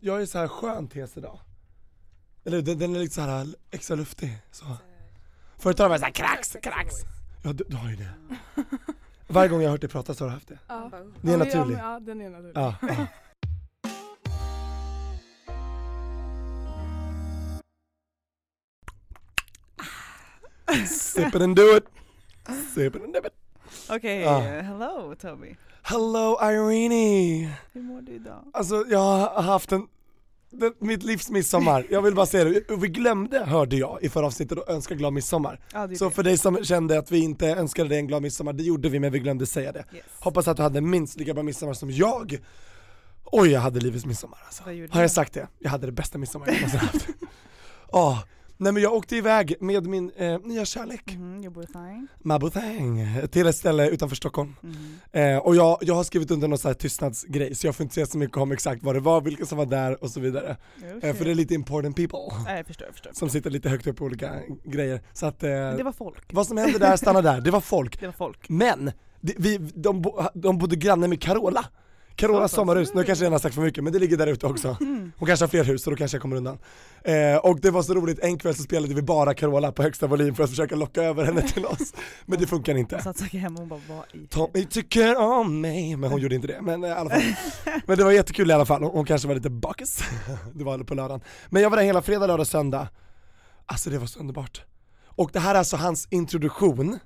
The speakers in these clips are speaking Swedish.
Jag är så här skönt hes idag. Eller den, den är lite så här extra luftig så. Förut har jag varit såhär krax, krax. Ja du, du har ju det. Varje gång jag har hört dig prata så har du haft det. Ja. Det är naturligt. Ja, den är naturlig. Ja, ja. Sip it and do it. Sip it and do it. Okej, Ja. hello Toby. Hello Irene. Hur mår du idag? Alltså jag har haft en, det, mitt livs midsommar. Jag vill bara säga det, vi glömde hörde jag i förra avsnittet att önska glad midsommar. Ja, det är Så det. för dig som kände att vi inte önskade dig en glad midsommar, det gjorde vi men vi glömde säga det. Yes. Hoppas att du hade minst lika bra midsommar som jag. Oj jag hade livets midsommar alltså. Vad gjorde Har jag du? sagt det? Jag hade det bästa midsommar jag någonsin haft. Ah. Nej men jag åkte iväg med min eh, nya kärlek, Mhm, jag bor fine. Mabutang, till ett ställe utanför Stockholm. Mhm. Eh, och jag, jag har skrivit under någon sån här tystnadsgrej så jag får inte säga så mycket om exakt vad det var, vilka som var där och så vidare. Oh, Eh, för det är lite important people Nej, jag förstår, jag förstår. som sitter lite högt upp på olika grejer. Så att, eh, Men Det var folk. vad som hände där stannar där, det var folk. Det var folk. Men, det, vi, de, bo, de bodde granne med Carola. Carolas Ja, sommarhus, nu absolut. kanske jag redan har sagt för mycket men det ligger där ute också. Hon kanske har fler hus så då kanske jag kommer undan. Eh, och det var så roligt, en kväll så spelade vi bara Carola på högsta volym för att försöka locka över henne till oss. Men det funkar inte. Hon satt säkert hemma och hon bara, vad i Tommy tycker om mig, men hon gjorde inte det. Men eh, i alla fall. Men det var jättekul i alla fall, hon hon kanske var lite bakis. Det var på lördagen. Men jag var där hela fredag, lördag, söndag. Alltså det var så underbart. Och det här är alltså hans introduktion,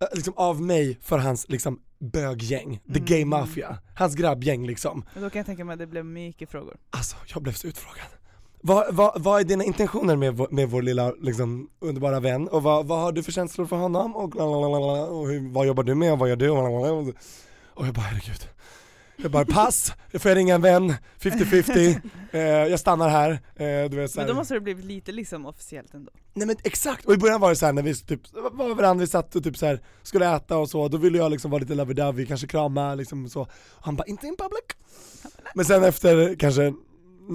eh, liksom av mig för hans liksom böggäng, the gay mafia. Hans grabbgäng liksom. Men då kan jag tänka mig att det blev mycket frågor. Alltså jag blev så utfrågad. Vad, vad, vad är dina intentioner med, vår- med vår lilla liksom, underbara vän och vad, vad har du för känslor för honom och, lalalala, och hur, vad jobbar du med och vad gör du? Och, och jag bara herregud. Jag bara pass, får jag ringa en vän, 50-50, eh, jag stannar här. Eh, du vet, så Men då här. måste det blivit lite liksom officiellt ändå. Nej men exakt, och i början var det så här när vi typ var över varandra, vi satt och typ så här skulle äta och så, då ville jag liksom vara lite lovey-dovey, kanske krama liksom så. Och han bara inte in public. Men sen efter kanske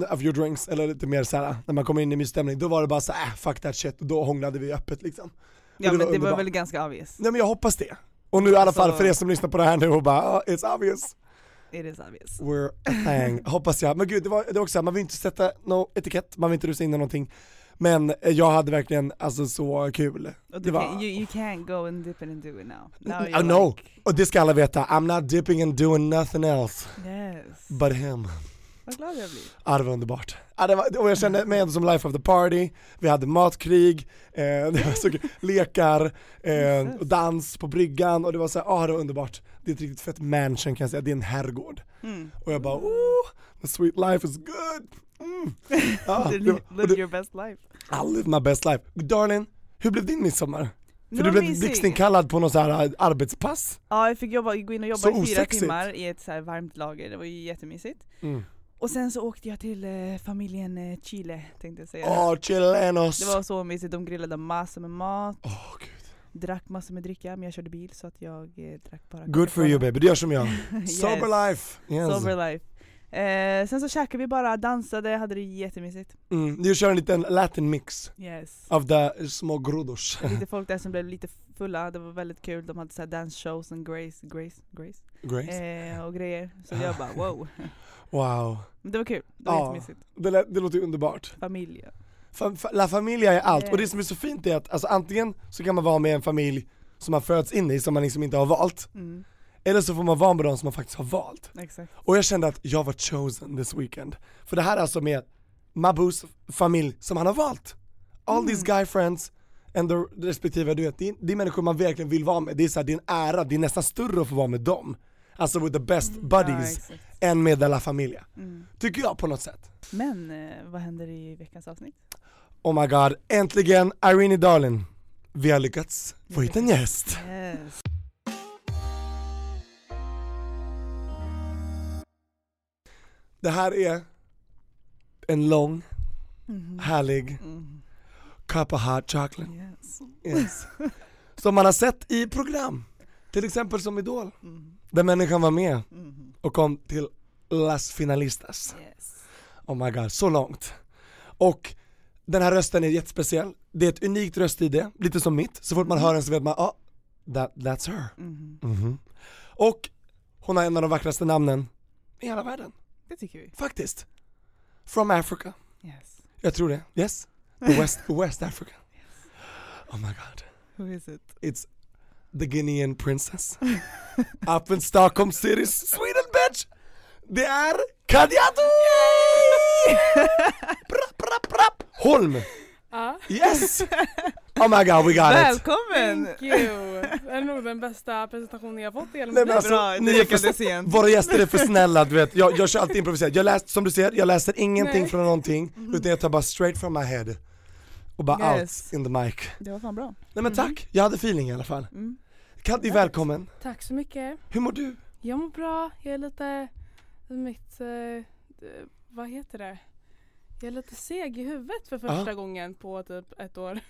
a few drinks eller lite mer så här när man kommer in i mysstämning, då var det bara så här, äh, fuck that shit, och då hånglade vi öppet liksom. Ja det men var det var underbart. väl ganska obvious. Nej men jag hoppas det. Och nu i alla fall Alltså- för er som lyssnar på det här nu och bara ah, it's obvious, It is obvious. we're a thing, hoppas jag. Men gud det var det var också, så här, man vill inte sätta no etikett, man vill inte rusa in i någonting. Men eh, jag hade verkligen alltså så kul. Och Det du var- can, you, you can't go and dip it and do it now. Now Mm, you're I know. like, Och det ska alla veta, I'm not dipping and doing nothing else yes. but him. Vad glad jag blir. Ja det var underbart. Ja, det var, och jag kände mig ändå som life of the party, vi hade matkrig, eh, det var så kul. lekar, eh, och dans på bryggan och det var så här, ah, det var underbart. Det är ett riktigt fett mansion kan jag säga, det är en herrgård. Mm. Och jag bara oh, the sweet life is good. Mm. Ja, det live var, och det, your best life. I live my best life. Darling, hur blev din midsommar? Det För var du blev mysigt. blixtinkallad på något så här eh, arbetspass. Ja, jag fick jobba, gå in och jobba Så i fyra osexigt. timmar i ett så här varmt lager, det var ju jättemysigt. Mm. Och sen så åkte jag till eh, familjen eh, Chile tänkte jag säga. Åh, chilenos! Det var så mysigt, de grillade massor med mat, Åh, gud. drack massor med dricka, men jag körde bil så att jag eh, drack bara Good for Coca-Cola. you baby, du gör som jag. Yes. Sober life! Yes. Sober life. Eh, sen så käkade vi bara, dansade, hade det jättemysigt. Mm. Du kör en liten latin mix Yes. av de små grodors. Lite folk där som blev lite fulla, det var väldigt kul. De hade så här dance shows och Grace, Grace, Grace, Grace. Eh, och grejer. Så jag bara wow. Wow. Men det var kul, det var Ja. jättemysigt. Det, lät, det låter ju underbart. Familj. Fa- fa- La familia är allt, Yes. och det som är så fint är att alltså, antingen så kan man vara med en familj som man föds in i, som man liksom inte har valt, Mm, eller så får man vara med dem som man faktiskt har valt. exakt. Och jag kände att jag var chosen this weekend. För det här är alltså med Mabus familj som han har valt. All these guy friends and the respektive, du vet, det är, det är människor man verkligen vill vara med. Det är så här, det är en ära, det är nästan större att få vara med dem. Alltså with the best Mm, buddies, exakt. än med de la familia. Mm. Tycker jag på något sätt. Men eh, vad händer i veckans avsnitt? Oh my god, äntligen Irene Darling. Vi har lyckats få hit en gäst. Yes. Det här är en lång, Mhm. härlig Mm. cup of hot chocolate. Yes. Yes. Som man har sett i program. Till exempel som Idol. Mm. Där människan var med Mhm. och kom till Las Finalistas. Yes. Oh my god, så långt. Och den här rösten är jättespeciell. Det är ett unikt röstid, lite som mitt. Så fort man hör den så vet man, ja, ah, that, that's her. Mhm. Mhm. Och hon har en av de vackraste namnen i hela världen, Det tycker vi. faktiskt. From Africa. Yes. Jag tror det. Yes? The West, West Africa. Oh my god. Who is it? It's the Guinean princess. Up in Stockholm city, Sweden bitch! Det är Kadiatu! prapp, prapp, prapp! Holm! Ja, Yes! Oh my god, we got it! Välkommen! thank you. Det är nog den bästa presentationen jag fått i hela Nej, mitt men liv. alltså, Bra, ni är för, träffades igen. våra gäster är för snälla, du vet. Jag, jag kör alltid improviserat. Jag läst, som du ser, jag läser ingenting Nej. Mm-hmm. från någonting, utan jag tar bara straight from my head. Och bara Yes. out in the mic. Det var fan bra. Nej men tack, jag hade feeling i alla fall. Mm. Kaddi, välkommen. Mm-hmm. Tack så mycket. Hur mår du? Jag mår bra. Jag är lite, mitt, eh, eh, vad heter det? Jag är lite seg i huvudet för första gången på typ ett år.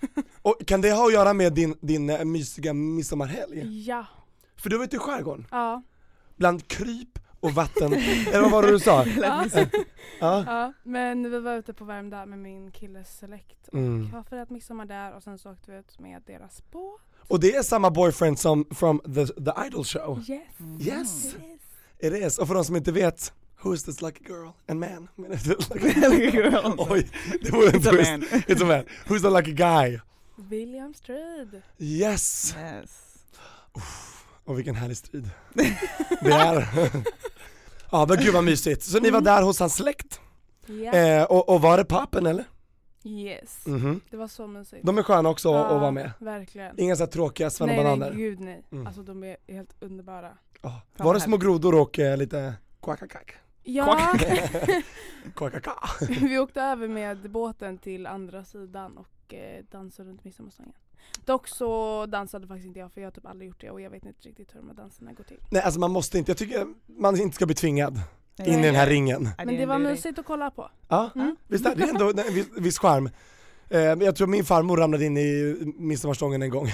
Och kan det ha att göra med din, din eh, mysiga midsommarhelg? Ja. För du var ute i skärgården, Ja. bland kryp och vatten, eller vad var det du sa? Ja. Ja. ja. Men vi var ute på Värmdö med min killes släkt. Mm. Jag har firat midsommar där och sen så åkte vi ut med deras båt. Och det är samma boyfriend som from the, the Idol show? Yes. Mm. Yes! It is, och för de som inte vet, who is this lucky girl and man? Men det är lucky- girl. Oj, det vore en It's a twist. man. It's a man. Who's the lucky guy? William Stryd. Yes! Yes. Och vilken härlig strid. Det är. Ja men gud vad mysigt. Så ni var där hos hans släkt? Mm. Ja. Eh, och, och var det pappen eller? Yes. Mhm. Det var så mysigt. De är sköna också att Ja, att vara med. Verkligen. Inga så här tråkiga nej, svennebananer. nej gud nej. Mm. Alltså de är helt underbara. Ja. Fan, Var det vad små grodor och eh, lite kvakakak? Ja, Kvakaka. vi åkte över med båten till andra sidan och eh, dansade runt midsommarstången. Dock så dansade faktiskt inte jag för jag har typ aldrig gjort det och jag vet inte riktigt hur de här danserna går till. Nej alltså man måste inte, jag tycker man inte ska bli tvingad Nej, in i Nej. den här ringen. Ja, Men är det en var lurig. mysigt att kolla på. Ja, Mm. visst är det ändå en viss, viss charm. Eh, men jag tror min farmor ramlade in i midsommarstången en gång.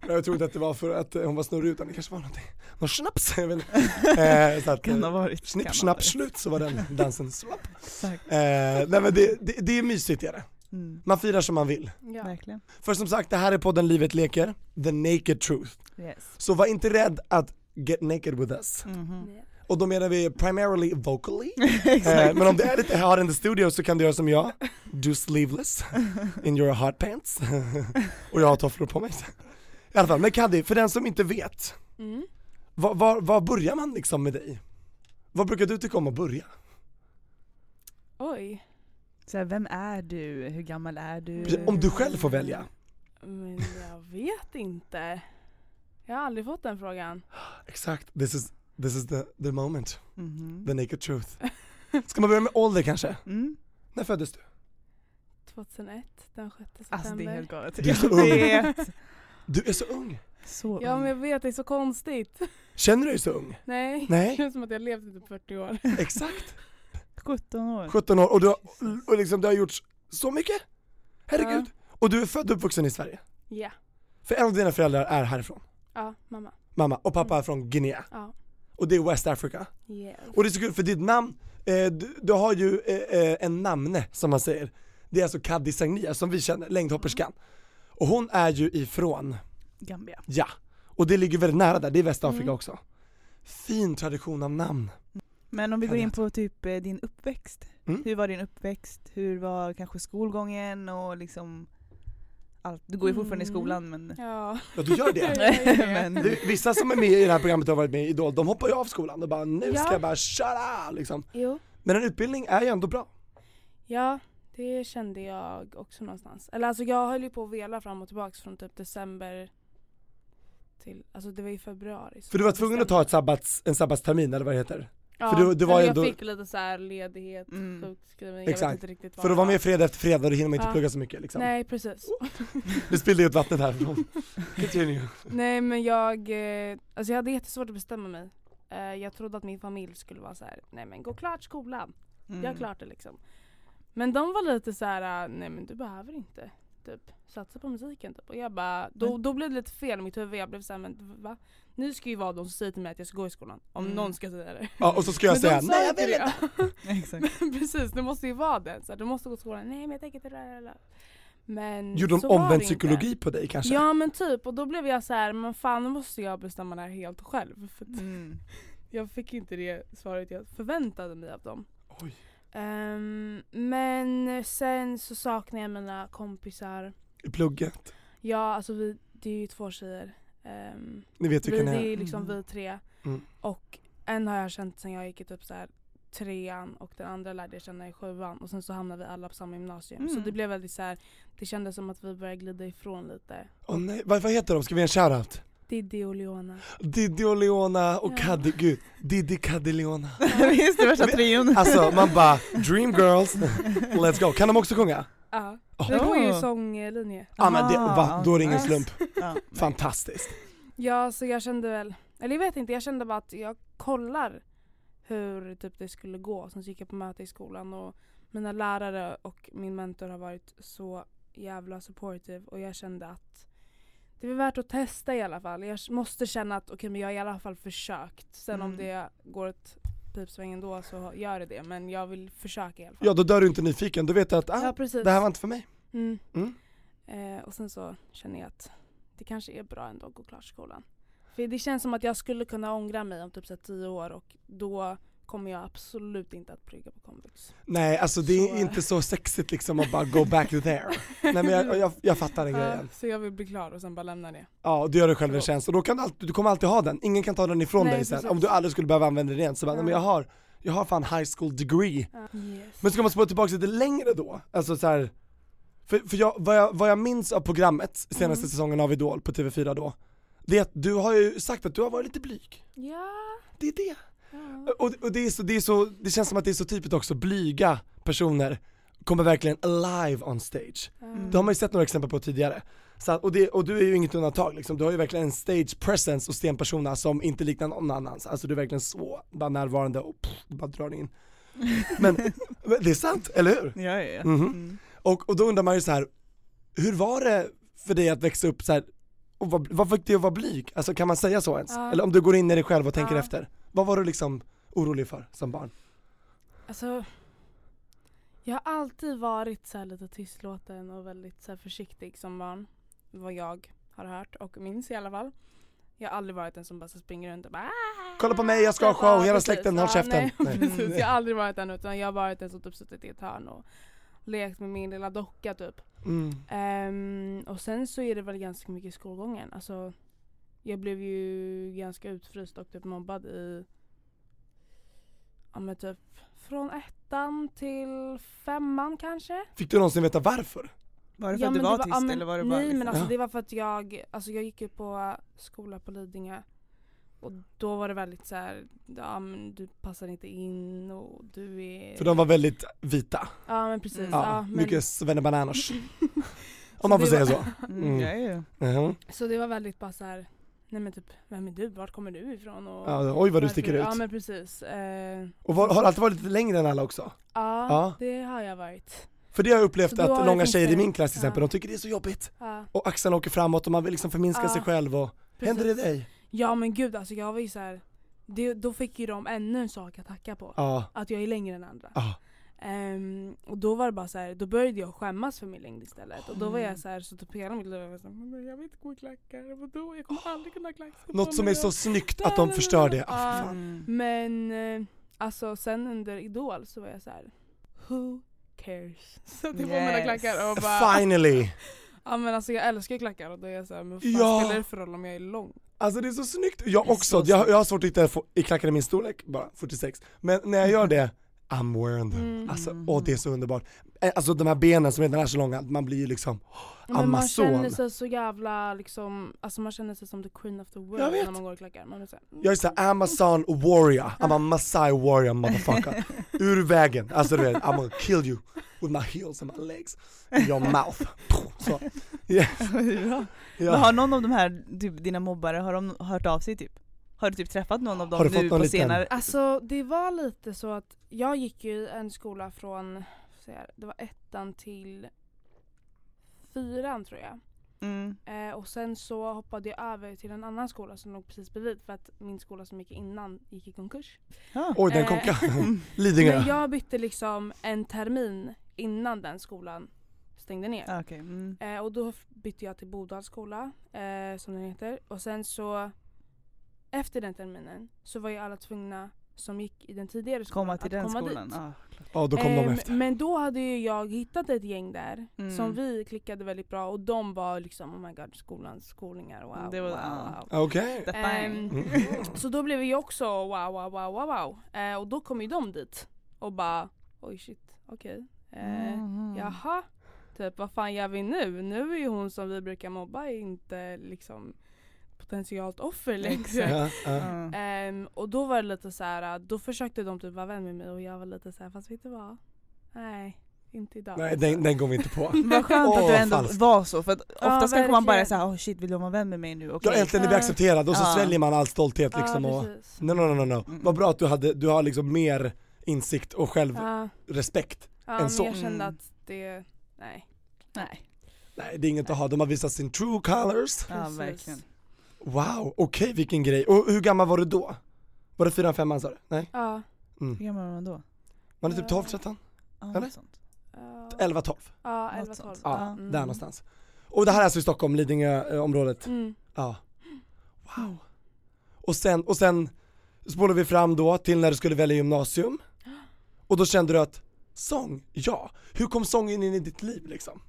Men jag tror inte att det var för att eh, hon var snurrig utan det kanske var någonting, någon snaps. Jag vet inte. Eh, så att, Kan ha eh, varit. kan snipp ha snapp varit. slut så var den dansen slapp. Exakt. Eh, nej men det, det, det är mysigt är det. Mm. Man firar som man vill. Ja. Verkligen. För som sagt det här är podden Livet Leker, the naked truth. Yes. Så var inte rädd att get naked with us. Mhm. Yeah. Och då menar vi primarily vocally. eh, Exakt. men om det är lite hard in the studio så kan du göra som jag. Do sleeveless in your hot pants. och jag har tofflor på mig. I alla fall, men Kaddi, för den som inte vet. Mm. Var, var, var börjar man liksom med dig? Vad brukar du tycka om att börja? Oj. Så här, vem är du? Hur gammal är du? Precis, Om du själv får välja. Men jag vet inte. Jag har aldrig fått den frågan. Exakt, this is, this is the, the moment, Mhm. the naked truth. Ska man börja med ålder kanske? Mm. När föddes du? 2001, den 6 september. Alltså, Alltså det är helt galet. Du är så Jag vet. Du är så ung. Så Ja men jag vet, det är så konstigt. Känner du dig så ung? Nej. Nej. Det känns som att jag har levt i typ 40 år. Exakt. 17 år. 17 år och, du har, och liksom, det har gjorts så mycket. Herregud. Och du är född och uppvuxen i Sverige. Ja. För en av dina föräldrar är härifrån. Ja, mamma. Mamma och pappa är från Guinea. Ja. Och det är West Africa. Yeah. Och det är så kul för ditt namn, eh, du, du har ju eh, eh, en namne som man säger. Det är alltså Kadi Sagnia som vi känner, längdhopperskan. Och hon är ju ifrån, Gambia. ja. Och det ligger väldigt nära där, det är Västafrika också. Fin tradition av namn. Men om vi Jag går in vet. på typ eh, din uppväxt. Mm. Hur var din uppväxt? Hur var kanske skolgången och liksom allt? Du går ju fortfarande i Mm. skolan men... Ja. Ja du gör det. Jag gör det. men Du, vissa som är med i det här programmet och har varit med i Idol, de hoppar ju av skolan och bara nu ska Ja. jag bara köra liksom. Jo. Men en utbildning är ju ändå bra. Ja, det kände jag också någonstans. Eller alltså jag höll ju på att vela fram och tillbaks från typ december till, alltså det var i februari. så För du var tvungen att ta ett sabbats, en sabbatstermin eller vad det heter. Ja, för du- det var eller ju jag ändå- fick lite så här ledighet, Mm. sjukskrivning, jag Exakt. vet inte riktigt vad För det att vara var. med fredag efter fredag då hinner man inte Ja. plugga så mycket liksom. Nej precis. Du spillde ut vattnet härifrån. Continue. Nej men jag, eh, alltså jag hade jättesvårt att bestämma mig. Eh, Jag trodde att min familj skulle vara så här, nej men gå klart skolan, Mm. jag har klart det liksom. Men de var lite så här, "Ah, nej men du behöver inte typ satsa på musiken typ. Och jag bara, då, då blev det lite fel i mitt huvud. Jag blev såhär, men va? Ni ska ju vara de som säger till mig att jag ska gå i skolan. Om Mm. någon ska säga det. Ja och så ska jag Men de säga sa nej jag inte vill inte. det. Exakt. Precis, det måste ju vara det. Så här, du måste gå i skolan. Nej men jag tänker inte det där. Men Gjorde de så var det omvänd inte. psykologi på dig kanske? Ja men typ och då blev jag så här, men fan nu måste jag bestämma det här helt själv. För att Mm. jag fick inte det svaret jag förväntade mig av dem. Oj. Ehm, men sen så saknar jag mina kompisar. I plugget. Ja alltså vi, det är ju två tjejer. Ehm, Ni vet vi, vilken det ni är. är liksom Mm. vi tre. Mm. Och en har jag känt sen jag gick i typ så här trean och den andra lärde jag känna i sjuan och sen så hamnade vi alla på samma gymnasium. Så Mm. det blev väldigt så här. det kändes som att vi började glida ifrån lite. Åh nej, vad, vad heter de? Ska vi ge en shoutout? Diddy och Leona. Diddy och Leona och Ja. Kaddi, gud. Diddy, Kaddi, Leona. Visst, det värsta trion. Alltså man bara, dream girls, let's go. Kan de också sjunga? Ja, Ja. vi går ju i sånglinje. Ja ah, men det, Ah, va, då är det ingen nice. slump. Ja. Fantastiskt. Ja så jag kände väl, eller jag vet inte, jag kände bara att jag kollar hur typ det skulle gå. Sen så gick jag på möte i skolan och mina lärare och min mentor har varit så jävla supportive och jag kände att det var värt att testa i alla fall. Jag måste känna att okej men jag har i alla fall försökt. Sen om Mm. det går ett pipsväng ändå så gör det det men jag vill försöka i alla fall. Ja då dör du inte nyfiken, då vet du att ah, Ja, precis. det här var inte för mig. Mm. Mm. Eh, och sen så känner jag att det kanske är bra ändå att gå klart skolan. För det känns som att jag skulle kunna ångra mig om typ så här, tio år och då kommer jag absolut inte att plugga på komvux. Nej alltså det är Så- inte så sexigt liksom att bara go back there. Nej men jag, jag, jag fattar den Ja, grejen. så jag vill bli klar och sen bara lämna det. Ja, och du gör dig själv en tjänst och då kan du, alltid, du kommer alltid ha den, ingen kan ta den ifrån Nej, dig sen. precis. Om du aldrig skulle behöva använda den igen så bara, Ja. nej men jag har, jag har fan high school degree. Yes. Men ska man spola tillbaka lite längre då? Alltså så här, för, för jag, vad, jag, vad jag minns av programmet, senaste Mm. säsongen av Idol på TV4 då, det är att du har ju sagt att du har varit lite blyg. Ja. Det är det. ja. Och, och det, är så, det är så, det känns som att det är så typiskt också, blyga personer kommer verkligen alive on stage. Mm. Det har man ju sett några exempel på tidigare. Så att, och, det, och du är ju inget undantag liksom, du har ju verkligen en stage presence och stenpersona som inte liknar någon annans. Alltså du är verkligen så, bara närvarande och pff, bara drar in. Men, men det är sant, eller hur? Ja, ja, ja. Mhm. Mm. Och, och då undrar man ju så här, hur var det för dig att växa upp så här, och vad, vad fick dig att vara blyg? Alltså kan man säga så ens? Ja. Eller om du går in i dig själv och tänker Ja. efter, vad var du liksom orolig för som barn? Alltså, jag har alltid varit så här lite tystlåten och väldigt så här försiktig som barn. Vad jag har hört och minns i alla fall. Jag har aldrig varit den som bara så springer runt och bara "Ah!" Kolla på mig, jag ska ha Ja, show, hela precis. släkten, håll Ja, käften. Nej, Nej. precis. Jag har aldrig varit den utan jag har varit den som typ suttit i ett hörn och lekt med min lilla docka typ. Mm. Ehm, och sen så är det väl ganska mycket i skolgången. Alltså, jag blev ju ganska utfryst och typ mobbad i ja, men typ från ettan till femman kanske. Fick du någonsin veta varför? Var det för Ja, att du men var det tyst ja, men- eller var det nej, bara men liksom- alltså Ja. det var för att jag, alltså jag gick ju på skola på Lidingö och då var det väldigt så här, ja men du passar inte in och du är... För de var väldigt vita, Ja men precis. Mm. Ja, ja, men, Mhm. mycket svennebananers. Om man det får säga var- så. Mm. Mm. Jag är ju. Mhm. Så det var väldigt bara så här, nej men typ, vem är du? Vart kommer du ifrån? Och Ja, oj vad du varför- sticker Ja ut. men precis. Eh, Och var, har alltid varit lite längre än alla också? ja, Ja. det har jag varit. För det har jag upplevt Så då har att det långa funnits tjejer i det. min klass till Ja. exempel, de tycker det är så jobbigt. Ja, Och axlarna åker framåt och man vill liksom förminska Ja, sig själv och... Händer det precis. dig? Ja men gud alltså jag var ju så här, det, då fick ju de ännu en sak att hacka på. Ja. Att jag är längre än andra. Ja. Ehm, och då var det bara så här, då började jag skämmas för min längd istället. Och då var Mm. jag så här, så typ hela mitt liv var jag så här, "Men jag vill inte gå i klackar, vadå? Jag kommer aldrig kunna ha klackskor på Något som mig." är så snyggt att de förstör det. Ah, fy fan. Mm. Men eh, alltså sen under Idol så var jag så här. Who cares? Så det var mina Yes. klackar och bara, Finally! ja men alltså jag älskar ju klackar och då är jag såhär, men vad fan Ja. spelar det för roll om jag är lång? Alltså det är så snyggt. Jag Det är också, så jag, jag har svårt att hitta fo- i klackar i min storlek, bara 46. Men när jag gör det, I'm wearing them. Mm. Alltså, åh det är så underbart. Eh, Alltså de här benen som redan är så långa, man blir ju liksom Men man Amazon. känner sig så jävla liksom, alltså man känner sig som the queen of the Jag world vet. när man går i klackar. Man är så här, mm. Jag är äh. såhär Amazon warrior, I'm a Maasai warrior motherfucker. Ur vägen, alltså du vet, I'm gonna kill you with my heels and my legs, your mouth. Så. Yeah. ja. Ja. Men har någon av de här, typ, dina mobbare, har de hört av sig typ? Har du typ träffat någon av dem Har du fått nu någon på liten- senare? Alltså det var lite så att jag gick ju i en skola från, så här, det var ettan till fyran tror jag. Mm. Eh, och sen så hoppade jag över till en annan skola som låg precis bredvid för att min skola som gick innan gick i konkurs. Ja. Oj den Eh, konka. Mm. Lidingö. Men jag bytte liksom en termin innan den skolan stängde ner. Ah, Okej. Mm. Eh, och då f- bytte jag till Bodals skola, eh, som den heter. Och sen så, efter den terminen, så var ju alla tvungna som gick i den tidigare skolan Komma till att den komma skolan. dit. Ah. Ja då kom de Ehm, efter. Men då hade ju jag hittat ett gäng där Mm. som vi klickade väldigt bra och de var liksom oh my god skolans skolningar, wow, Det var- wow, ja. wow. Ah, Okej. The Ehm, bang. Mm. Så då blev jag också wow, wow, wow, wow, wow. Eh, och då kom ju de dit och bara oj shit, okej. Eh, Mhm. Jaha, typ vad fan gör vi nu? Nu är ju hon som vi brukar mobba inte liksom potentiellt offer längre. Ja, ja. Ah. Ehm, och då var det lite så här, då försökte de typ vara vän med mig och jag var lite så här, fast vet du vad? Nej, inte idag. Nej den, den går vi inte på. Vad skönt Åh, att du ändå falskt. var så, för att oftast Ja, kanske man bara är verkligen. såhär oh shit vill du vara vän med mig nu? Ja Okej. äntligen blir vi Ja. accepterad och så Ja. sväljer man all stolthet Ja, liksom och precis. No, no, no, no, no. Mm. Vad bra att du, hade, du har liksom mer insikt och självrespekt. Ja, ja, Mm. en men sån. jag kände Mm. att det, nej. Nej. Nej det är inget att ha, de har visat sin true colors. Ja Precis. verkligen. Wow, okej vilken grej. Och hur gammal var du då? Var det fyran, femman sa du? Nej? Ja. Hur gammal var man då? Man är Eh. typ 12, 13? Ja, Eller? något sånt. ja, 11, 12? Ja, Något 11, 12. sånt. Ja, Ja. Mm. där någonstans. Och det här är alltså i Stockholm, Lidingöområdet? Mm. Ja. Wow. Och sen, och sen spolar vi fram då till när du skulle välja gymnasium. Och då kände du att sång, ja. Hur kom sången in i ditt liv liksom?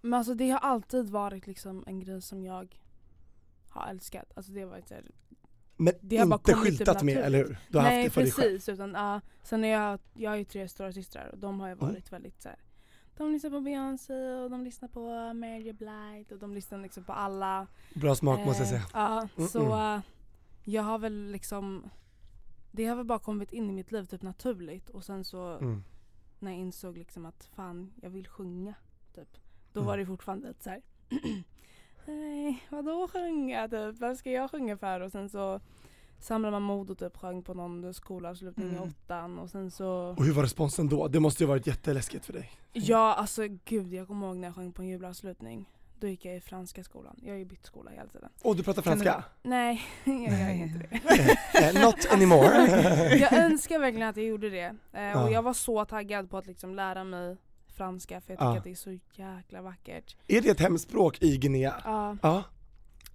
Men alltså det har alltid varit liksom en grej som jag har älskat. Alltså det har varit så här, Men Det har bara inte kommit skyltat typ med, eller hur? Du har Nej haft det för dig själv. precis, utan ja. sen är jag, jag har ju tre stora systrar och de har ju varit väldigt så här. De lyssnar på Beyoncé och de lyssnar på Mary J. Blige och de lyssnar liksom på alla. Bra smak måste Eh, jag säga. Mm, Ja, Mm-mm. så eh, jag har väl liksom det har väl bara kommit in i mitt liv typ naturligt och sen så Mm. när jag insåg liksom att fan jag vill sjunga typ. Då Mm. var det fortfarande lite så här. Nej, vadå sjunga typ? Vem ska jag sjunga för? Och sen så samlade man mod och typ sjöng på någon skolavslutning Mm. i åttan och sen så Och hur var responsen då? Det måste ju ha varit jätteläskigt för dig. Ja alltså gud jag kommer ihåg när jag sjöng på en julavslutning. Då gick jag i franska skolan. Jag har ju bytt skola hela tiden. Och du pratar Kan du- franska? Nej, jag gör Nej. inte det. Eh, Not anymore. Alltså, Jag önskar verkligen att jag gjorde det. Eh, Ja. och jag var så taggad på att liksom lära mig franska för jag tycker Ja. att det är så jäkla vackert. Är det ett hemspråk i Guinea? Ja. Ja.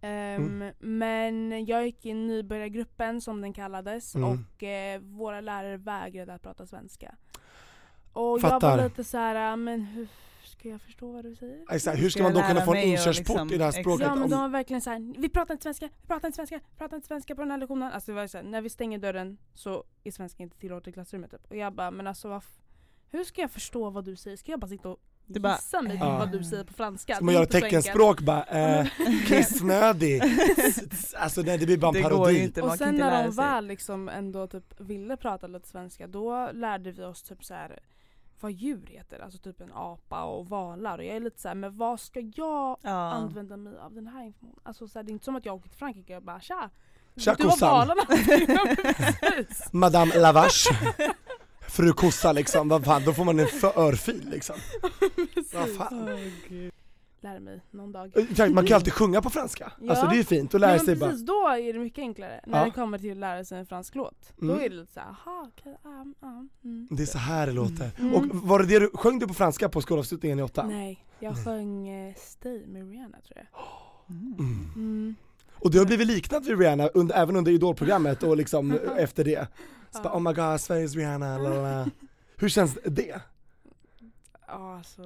Ehm, Mm. Men jag gick i nybörjargruppen som den kallades Mm. och eh, våra lärare vägrade att prata svenska. Och jag Fattar. var lite så här, "Ah, men hur ska jag förstå vad du säger? Exakt. Hur ska Ska man då jag kunna lära få en mig och inkörsport liksom- i det här Exakt. språket? Ja men om- de var verkligen så här, vi pratar inte svenska, vi pratar inte svenska, vi pratar inte svenska på den här lektionen. Alltså det var så här, när vi stänger dörren så är svenska inte tillåtet i klassrummet typ. Och jag bara, men alltså vad f- hur ska jag förstå vad du säger? Ska jag bara sitta och Det bara- gissa mig till Ja. vad du säger på franska? Ska man Det är göra inte så enkelt. teckenspråk bara, eh, kissnödig? Alltså nej det blir bara en det går ju parodi. inte, man kan Och sen inte när lära de sig. väl liksom ändå typ ville prata lite svenska då lärde vi oss typ så här vad djur heter, alltså typ en apa och valar. Och jag är lite såhär, men vad ska jag Ja. använda mig av den här informationen? Alltså så här, det är inte som att jag åker till Frankrike och bara tja, Tja, du var kossan. valarna. Ja, men precis. Madame Lavage. Fru kossa liksom, vad fan, då får man en för- örfil liksom. Vad fan. Lär mig någon dag. Exakt, Man kan ju alltid sjunga på franska. Ja. Alltså det är ju fint, att Ja, lära men sig precis, bara. då är det mycket enklare. När Ja. det kommer till att lära sig en fransk låt. Mm. Då är det lite såhär, aha, okej, ja, ja, mm. Det är så här det låter. Mm. Och var det det du, sjöng du på franska på skolavslutningen i åttan? Nej, jag sjöng eh, Stay med Rihanna tror jag. Mm. Mm. Mm. Och du har blivit liknad vid Rihanna under, även under idolprogrammet och liksom eh, efter det. Så bara, oh my god, Sveriges Rihanna, la, la, la. Hur känns det? Ja alltså,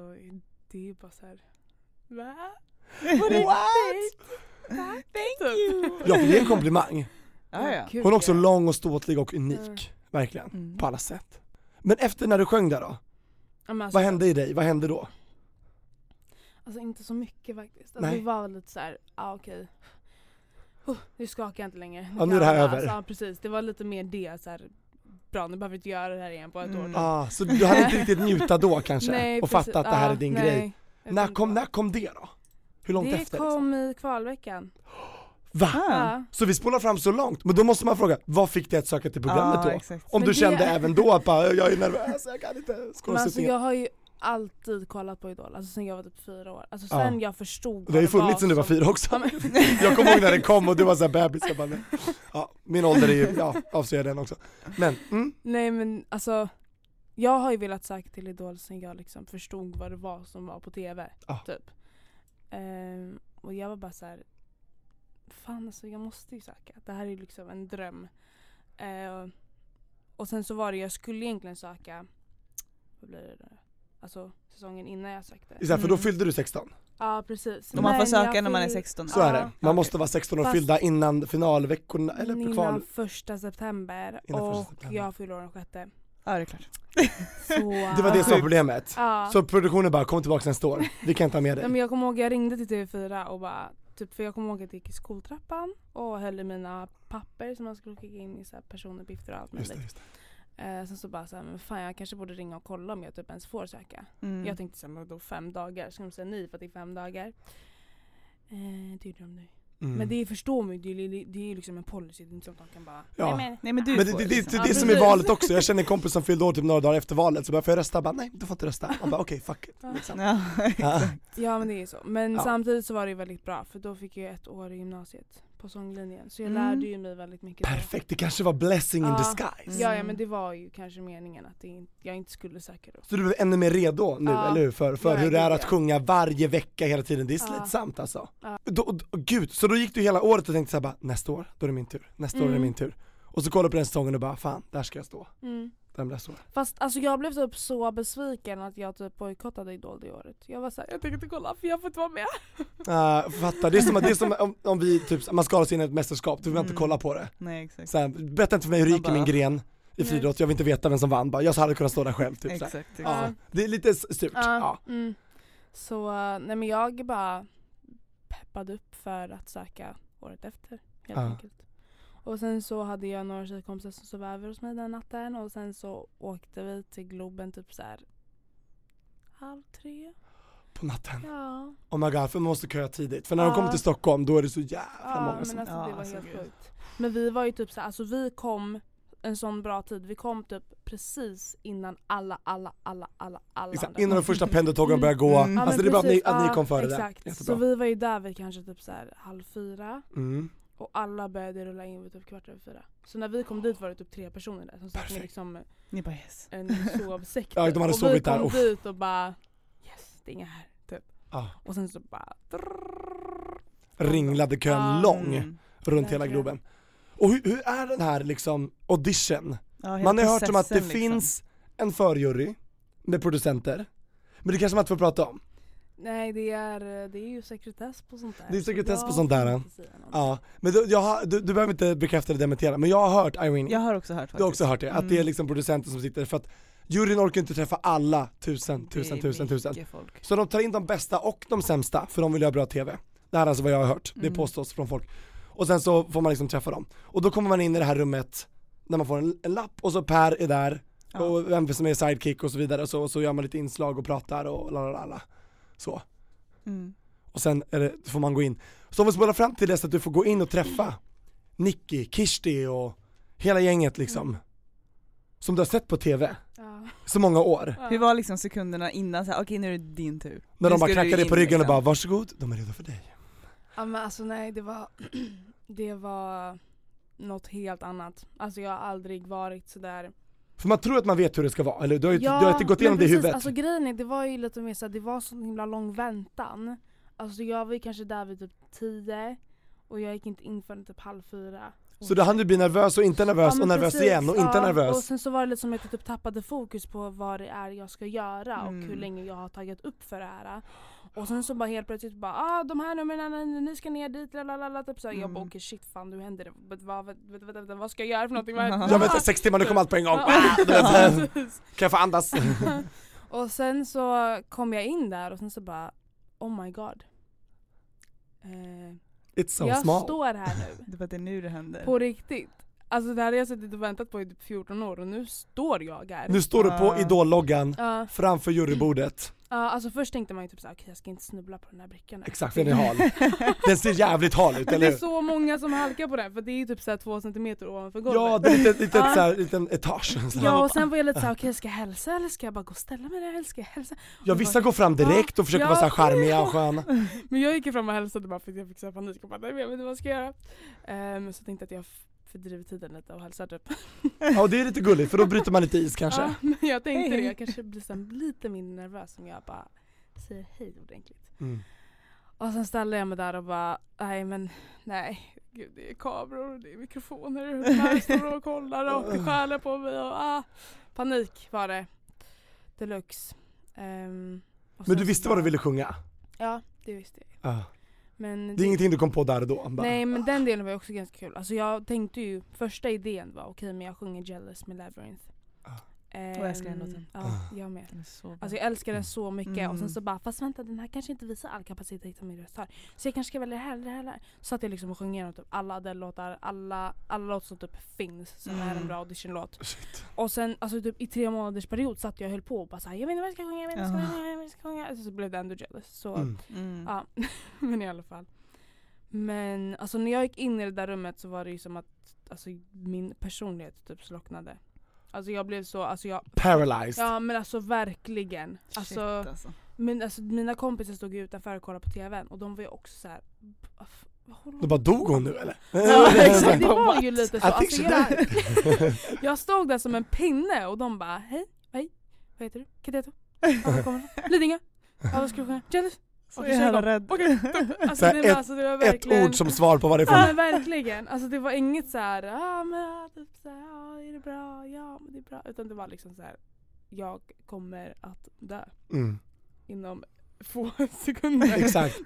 det är ju bara såhär, va? Thank you! Ja, för det är en komplimang. Ja, ja. Gud, Hon är också ja. lång och ståtlig och unik. Verkligen. Mm. På alla sätt. Men efter när du sjöng där då? Ja, men alltså, Vad hände i dig? Vad hände då? Alltså inte så mycket faktiskt. Alltså, Nej. det var lite såhär, ah, okej. Huh, nu skakar jag inte längre. Ja, nu är det här kan jag- över. Alltså, ja, precis, det var lite mer det såhär, bra nu behöver vi inte göra det här igen på ett Mm. år. Ja, Ah, så du hade inte riktigt njuta då kanske? Nej, och precis. fatta att det här Ja, är din nej. grej. Jag När tänkte kom, bara- när kom det då? Hur långt Det efter? liksom? kom i kvalveckan. Va? Ah. Ja. Så vi spolar fram så långt, men då måste man fråga, vad fick dig att söka till programmet Ja, då? exakt. Om Ah, Men du det- kände även då att bara, jag är nervös, jag kan inte Men alltså skådespela. jag har ju alltid kollat på Idol, alltså sen jag var typ fyra år. Alltså Ja. sen jag förstod Det har ju vad funnits sen du var som- fyra också. Ja, men- Jag kommer ihåg när den kom och du var såhär bebis, jag bara, nej. ja, min ålder är ju, ja, avslöjar den också. Men, mm, Nej men alltså, jag har ju velat söka till Idol sen jag liksom förstod vad det var som var på TV. Ja. Typ. Ehm, och jag var bara så här. fan alltså jag måste ju söka. Det här är ju liksom en dröm. Eh, och sen så var det, jag skulle egentligen söka, vad blir det då? Alltså säsongen innan jag sökte. så här, för då Mm. fyllde du 16, Ja precis. Och man får Men jag söka när man är fick- 16 så är det. Man Ja. måste vara 16 år Fast- fyllda innan finalveckorna, eller Innan kval. första september Innan första och september. jag fyller år den sjätte. Ja det är klart. Så, Det var det som var problemet. ja. Så produktionen bara, kom tillbaka nästa år, vi kan ta med Nej, dig. men jag kommer ihåg jag ringde till TV4 och bara Typ för jag kommer ihåg att jag gick i skoltrappan och höll i mina papper som man skulle skicka in i så här personuppgifter och allt Just det, möjligt. just det. Eh, sen så bara såhär, men fan jag kanske borde ringa och kolla om jag typ ens får söka. Mm. Jag tänkte såhär, men då fem dagar? Ska de säga nej för att det är fem dagar? Eh, det gjorde de nu. Mm. Men det förstår man ju, det är ju- det är ju liksom en policy, det är inte som att de kan bara Nej, Ja. men, Nej men du Men det, får det, det, liksom. det är Ja, det som är precis. valet också, jag känner en kompis som fyllde år typ några dagar efter valet, så bara får jag rösta? Bara, nej du får inte rösta. Man bara okej, fuck it. Ja. Liksom. Ja, Ja. Ja men det är ju så. Men Ja. samtidigt så var det ju väldigt bra för då fick jag ju ett år i gymnasiet på sånglinjen. Så jag Mm. lärde ju mig väldigt mycket. då. Perfekt, det kanske var blessing in Ja. disguise. Ja, ja men det var ju kanske meningen att det in, jag inte skulle söka då. Så du är ännu mer redo nu, Ja. eller hur? För, för Ja, hur det är gud, att ja. sjunga varje vecka hela tiden, det är Ja. slitsamt alltså. Ja. Då, och- och gud, så då gick du hela året och tänkte såhär bara, nästa år, då är det min tur, nästa år är det Mm. min tur. Och så kollar du på den säsongen och bara, fan, där ska jag stå, Mm. där blir jag stå. Fast alltså jag blev typ så besviken att jag typ bojkottade Idol det året. Jag var såhär, jag tänker inte kolla för jag får inte vara med. Uh, fattar, det är som, att- det är som om, om vi typ, man ska oss in i ett mästerskap, då vill man inte Mm. kolla på det. Nej exakt. Så här, berätta inte för mig hur det gick i Man min bara- gren i Nej. friidrott, jag vill inte veta vem som vann bara, jag hade kunnat stå där själv typ så här. exakt, exakt. ja. Det är lite s- surt, ja. Mm. Så eh, nej men jag bara peppade upp för att söka året efter helt Ja. enkelt. Och sen så hade jag några tjejkompisar som sov över hos mig den natten och sen så åkte vi till Globen typ så här halv tre. På natten. Ja. Oh my god, för man måste köa tidigt. För när de Ja. kommer till Stockholm då är det så jävla Ja men många alltså som... det Ja, var alltså, helt gud. sjukt. Men vi var ju typ såhär, alltså vi kom en sån bra tid. Vi kom typ precis innan alla, alla, alla, alla, alla Exakt, andra innan Liksom, de kom. första pendeltågen börjar gå. Mm. Ja, Alltså men det är bra att ni, precis. att ni Ja, kom före Exakt. det. Så vi var ju där vid kanske typ så här halv fyra Mm. och alla började rulla in vid typ kvart över fyra. Så när vi kom dit var det typ tre personer där som satt med Perfekt. liksom Ni bara yes. Mm. en sovsäck. Ja, de hade och sovit där, vi kom uff. dit och bara yes, det är inga här typ. Ja. Och sen så bara Ringlade kön Ja. lång Mm. runt hela Verkligen. Globen. Och hur, hur är den här liksom audition? Ja, hela Man har ju hört om att det processen, liksom. finns en förjury med producenter, men det kanske man inte får prata om. nej det är, det är ju sekretess på sånt där. Det är sekretess Så på jag sånt där, kan ja. inte säga någonting. Ja, men du, jag, har- du, du behöver inte bekräfta eller dementera, men jag har hört Irene, Jag har också hört faktiskt. du har också hört det, att det är Mm. liksom producenten som sitter för att juryn orkar inte träffa alla tusen, Det är tusen, tusen, tusen. mycket folk. Så de tar in de bästa och de sämsta, för de vill göra bra TV. Det här är alltså vad jag har hört, det Mm. påstås från folk. Och sen så får man liksom träffa dem. Och då kommer man in i det här rummet, när man får en, en lapp och så Per är där Ja. och vem som är sidekick och så vidare. Så, så gör man lite inslag och pratar och lalalala. Så. Mm. Och sen är det, får man gå in. Så om vi spolar fram till dess att du får gå in och träffa Nicky, Kirsti och hela gänget liksom. Som du har sett på TV Ja. så många år. Ja. Hur var liksom sekunderna innan så här, okej nu är det din tur. Nu När de bara ska du knackar dig in, på ryggen och bara liksom. varsågod, de är redo för dig. Ja men alltså nej det var Det var något helt annat. Alltså jag har aldrig varit sådär För man tror att man vet hur det ska vara, eller du har ju du har inte gått men igenom det i precis, huvudet. Alltså grejen är, det var ju lite mer såhär, det var så himla lång väntan. Alltså jag var ju kanske där vid typ tio och jag gick inte in förrän typ halv fyra. så då hann du bli nervös och inte nervös men och nervös precis, igen och inte ja. nervös. Och sen så var det lite som att jag typ tappade fokus på vad det är jag ska göra Mm. och hur länge jag har tagit upp för det här. Och sen så bara helt plötsligt bara ah de här numren, ni- ni ska ner dit, lalalala, typ såhär. Jag Mm. bara okej shit fan nu händer det, vad, vad, vad, vad, vad, vad ska jag göra för någonting? Vad- Ja, Jag vet, sex timmar, nu kommer allt på en gång. Ah, Ja, Du vet, kan precis. jag få andas? Och sen så kom jag in där och sen så bara Oh my god. Eh, It's so jag small. står här nu. Det var det är nu det händer. På riktigt. Alltså det här har jag suttit och väntat på i typ 14 år och nu står jag här. Nu står du på Ah. idol-loggan Ja, framför jurybordet. ja, alltså först tänkte man ju typ såhär okej jag ska inte snubbla på den här brickan. Exakt, den är hal. Den ser jävligt hal ut, Det eller är hur? så många som halkar på den för det är ju typ såhär två centimeter ovanför golvet. Ja, det är lite, lite Ja. så här, liten etage. Så här. Ja och sen var jag lite såhär okej ska jag hälsa eller ska jag bara gå och ställa mig där eller ska jag hälsa? ja, vissa går fram direkt och försöker Ja. vara så här charmiga och sköna. Men jag gick ju fram och hälsade bara för att jag fick så här panik och bara nej men jag vet inte vad jag ska göra. Ehm, så tänkte jag att jag f- fördriver tiden lite och hälsar typ. Ja, och det är lite gulligt för då bryter man lite is kanske. Ja, men jag tänkte Hej. det, jag kanske blir så här lite mindre nervös om jag bara säger hej ordentligt. Mm. Och sen ställde jag mig där och bara nej men nej. Gud det är kameror och det är mikrofoner och de här står och kollar och det skäller på mig och ah. Panik var det. Deluxe. Ehm, och Men sen du så visste bara- vad du ville sjunga? Ja det visste jag. Ja. Men Det är ingenting du kom på där och då? Bara. Nej men den delen var ju också ganska kul. Alltså jag tänkte ju, första idén var okej men jag sjunger Jealous med Labyrinth. Ah. Ehm, jag älskar den låten. Ja, jag med. Den är så bra. Alltså jag älskar den så mycket och Mm. sen så bara fast vänta den här kanske inte visar all kapacitet som min röst har. Så jag kanske ska välja det här eller det här, det här. Så att jag liksom sjöng igenom typ alla Adele-låtar, alla, alla låtar som typ finns som är en Mm. bra auditionlåt. Shit. Och sen alltså typ i tre månaders period satt jag och höll på och bara såhär jag vet inte vad jag ska sjunga, jag vet inte vad jag Ja. ska sjunga, jag vet inte vad jag ska sjunga. Alltså, Så, så blev det ändå Jealous. Så Mm. mm. Ja, men i alla fall. Men alltså när jag gick in i det där rummet så var det ju som att alltså, min personlighet typ slocknade. Alltså jag blev så, alltså jag, Paralyzed. ja men alltså verkligen. Shit, Alltså, alltså. men alltså mina kompisar stod ju utanför och kollade på tvn och de var ju också så här. "Vad f- vad håller Då hon bara dog hon nu eller? Ja, exakt. det var ju lite så. I think Alltså, she jag, jag stod där som en pinne och de bara hej, hej, vad heter du? Kateto? Ja, var kommer du ifrån? Lidingö? Ja, vad ska du sjunga? Jealous? Så Okej, kör jävla igång. rädd. Alltså, Så här, det ett- var, alltså, det var Ett verkligen... ord som svar på vad det är Ja för men verkligen, alltså det var inget så här, ah, men, ah, typ så här, ah, är det bra? Ja men det är bra. Utan det var liksom så här, jag kommer att dö mm. inom få sekunder. Exakt.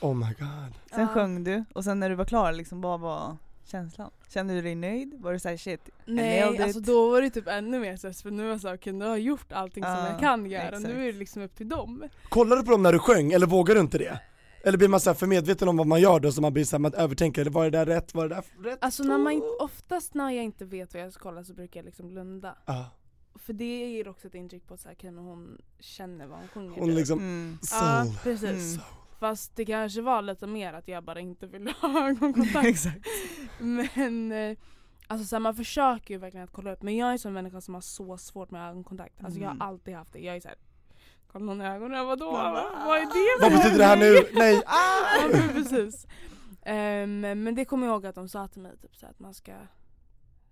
Oh my god. Sen Ja. sjöng du och sen när du var klar, liksom, vad var känslan? Kände du dig nöjd? Var du såhär shit? nailed Nej it. alltså då var det typ ännu mer stress för nu var jag såhär, okej nu har jag gjort allting som Ja, jag kan göra. exakt. Nu är det liksom upp till dem. Kollar du på dem när du sjöng eller vågar du inte det? Eller blir man så här för medveten om vad man gör då så man blir såhär, man övertänker, eller var det där rätt, var det där rätt? Alltså när man, inte- oftast när jag inte vet vad jag ska kolla så brukar jag liksom blunda. Ja. För det ger också ett intryck på att så här, okej, men hon känner vad hon sjunger. Hon typ. liksom, Mm. Ja soul. precis. Mm. Fast det kanske var lite mer att jag bara inte ville ha ögonkontakt. Exakt. men eh, alltså så här, man försöker ju verkligen att kolla upp. Men jag är en sån människa som har så svårt med ögonkontakt. Alltså jag Mm. har alltid haft det. Jag är såhär, kolla någon i ögonen, vadå? Ah. Vad är det Vad för betyder det här nu? Nej! Ah! ja men precis. Ehm, men det kommer jag ihåg att de sa till mig typ så här, att man ska,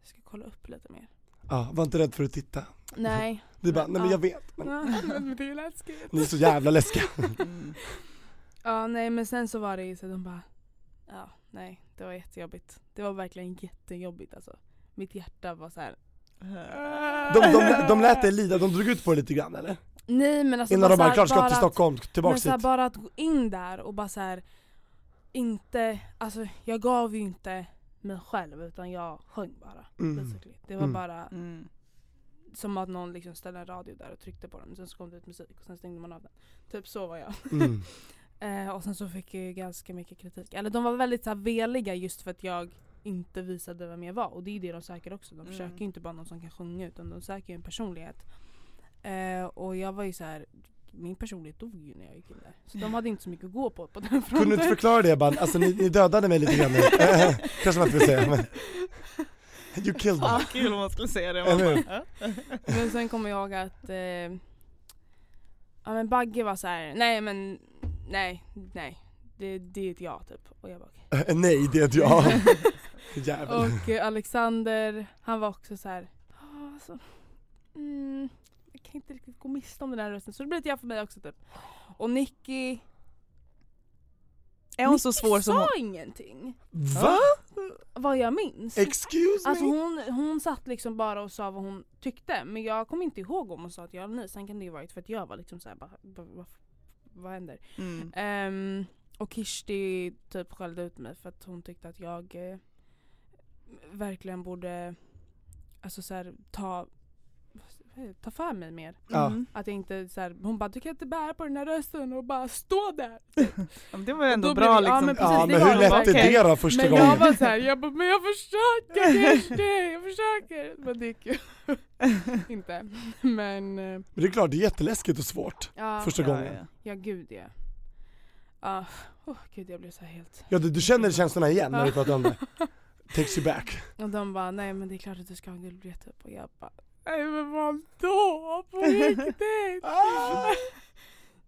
ska kolla upp lite mer. Ja, var inte rädd för att titta. Nej. Du bara, nej men jag vet. Men Ja, men det är ju läskigt. ni är så jävla läskiga. Mm. Ja nej men sen så var det ju så de bara Ja nej det var jättejobbigt. Det var verkligen jättejobbigt alltså. Mitt hjärta var så här. De, de, de lät dig lida, de drog ut på det lite grann eller? Nej men alltså Innan de så bara, här, klart ska till att- Stockholm, Men tillbaks så här, hit. bara att gå in där och bara så här Inte, alltså jag gav ju inte mig själv utan jag sjöng bara. Mm. Basically. Det var Mm. bara Mm. som att någon liksom ställde en radio där och tryckte på den. Sen så kom det ut musik och sen stängde man av den. Typ så var jag. Mm. Eh, och sen så fick jag ju ganska mycket kritik. Eller de var väldigt så här veliga just för att jag inte visade vem jag var. Och det är ju det de söker också. De Mm. försöker ju inte bara någon som kan sjunga utan de söker ju en personlighet. Eh, och jag var ju så här. min personlighet dog ju när jag gick in där. Så de hade inte så mycket att gå på på den Kunde du inte fronten. förklara det bara, alltså ni, ni dödade mig lite grann nu. Kanske man inte vill säga men. You killed me. Ah, kul om man skulle säga det. Eller hur? Men sen kommer jag ihåg att eh, ja, men Bagge var så här. nej men nej, nej. Det, det är ett ja typ. Och jag bara okej. Eh, Nej, det är inte jag. Jävel. Och eh, Alexander, han var också så här. "Ah, Alltså, mm, jag kan inte riktigt gå miste om den här rösten. Så det blir ett ja för mig också typ. Och Nicky, Är hon så Nicky svår som sa hon? ingenting. Va? Vad jag minns. Excuse Alltså me? hon, hon satt liksom bara och sa vad hon tyckte men jag kommer inte ihåg om hon sa att ja eller nej. Sen kan det ju varit för att jag var liksom såhär bara, vad, vad, vad händer? Mm. Ehm, och Kirsti typ skällde ut mig för att hon tyckte att jag eh, verkligen borde alltså så här, ta, vad heter det? ta för mig mer. Ja. Mm. Att jag inte så här, hon bara du kan inte bära på den här rösten och bara stå där. Ja, men Det var ju ändå Då bra blev- ja, liksom. men precis, Ja det men var hur hon lätt bara, är okej. det då första Men jag gången? var såhär, jag bara men jag försöker Kirsti, jag försöker. Men det gick ju inte. Men eh, Men det är klart, det är jätteläskigt och svårt. ja, Första Ja, gången. ja. ja gud ja. Ja, åh gud jag blev så här helt Ja du, du känner känslorna igen när du Ja. pratar om det. Takes you back. Och de bara nej men det är klart att du ska ha en guldbiljett upp och jag bara nej men vadå på riktigt? Ah!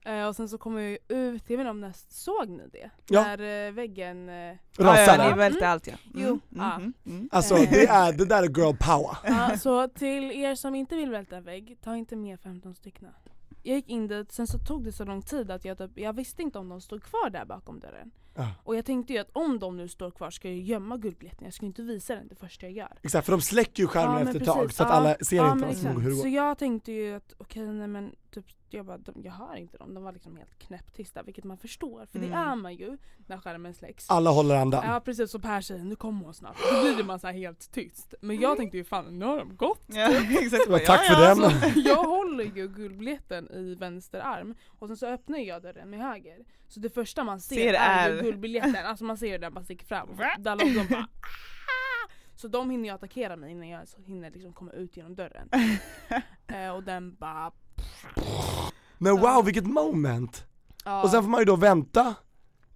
Eh, och sen så kom jag ju ut, jag vet inte om ni såg ni det? Ja. När eh, väggen, eh, Ja, ja, Rasade. ni välte allt ja. Jo, ja. mm, mm. Alltså det är, det där är girl power. ja, så till er som inte vill välta en vägg, ta inte med 15 stycken. Jag gick in dit, sen så tog det så lång tid att jag, typ, jag visste inte om de stod kvar där bakom dörren. Ja. Och jag tänkte ju att om de nu står kvar ska jag ju gömma guldbiljetten, jag ska ju inte visa den det första jag gör. Exakt, för de släcker ju skärmen Ja, men efter ett tag precis. så att Ja. alla ser Ja, inte men vad som exakt. hur det Så går. jag tänkte ju att okej nej men typ, jag bara, de, jag hör inte dem. De var liksom helt knäpptysta vilket man förstår för det Mm. är man ju när skärmen släcks. Alla håller andan. Ja precis så Per säger nu kommer hon snart. Då blir det man så här helt tyst. Men jag tänkte ju fan nu har de gått. Ja, exakt. Bara, Tack för den. Jag håller ju guldbiljetten i vänster arm och sen så öppnar jag dörren med höger. Så det första man ser, Ser är ju är- guldbiljetten, alltså man ser ju den bara sticker fram. Där låg de bara "Ah!" Så de hinner ju attackera mig innan jag så hinner liksom komma ut genom dörren. Mm. eh, och den bara... Men wow vilket moment! ja. Och sen får man ju då vänta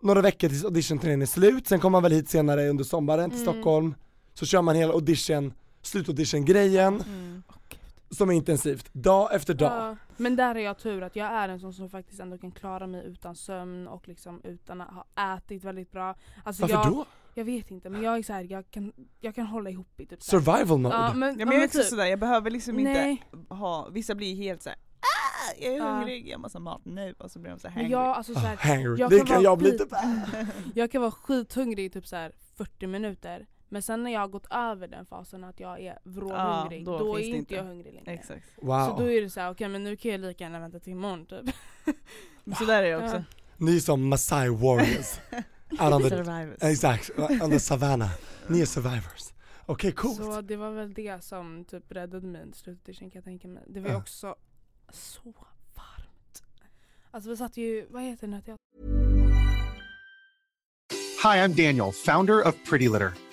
några veckor tills auditionturnén är slut, sen kommer man väl hit senare under sommaren till Mm. Stockholm, så kör man hela audition, slutaudition-grejen Mm. Åh, gud. som är intensivt, dag efter dag. Ja. Men där är jag tur att jag är en sån som faktiskt ändå kan klara mig utan sömn och liksom utan att ha ätit väldigt bra. Alltså Varför jag, då? jag vet inte men jag är så här, jag kan, jag kan hålla ihop i typ så här- Survival mode? Ah, Ja, men, Ja, men jag är också typ. sådär, jag behöver liksom Nej, inte ha, vissa blir helt såhär ah, jag är Ja. hungrig, jag har massa mat nu och så blir de så men hangry. jag, alltså, så Ah, här, hangry, jag det kan kan vara jag bli skit- typ. jag kan vara skithungrig i typ så här 40 minuter men sen när jag har gått över den fasen att jag är vrålhungrig Ja, då, då är finns det inte, inte. jag hungrig längre. Exakt. Så då Wow, är det så här, okej men nu kan jag lika gärna vänta till imorgon typ. Så där är jag också. ni är som Maasai warriors. Out on the, Survivors. exakt, on the savannah. Ni är survivors. Okej coolt. Så det var väl det som typ räddade mig i slutet kan jag tänka mig. Det var ju Ja. också så varmt. Alltså vi satt ju, vad heter den här teatern? Hi, I'm Daniel, founder of Pretty Litter.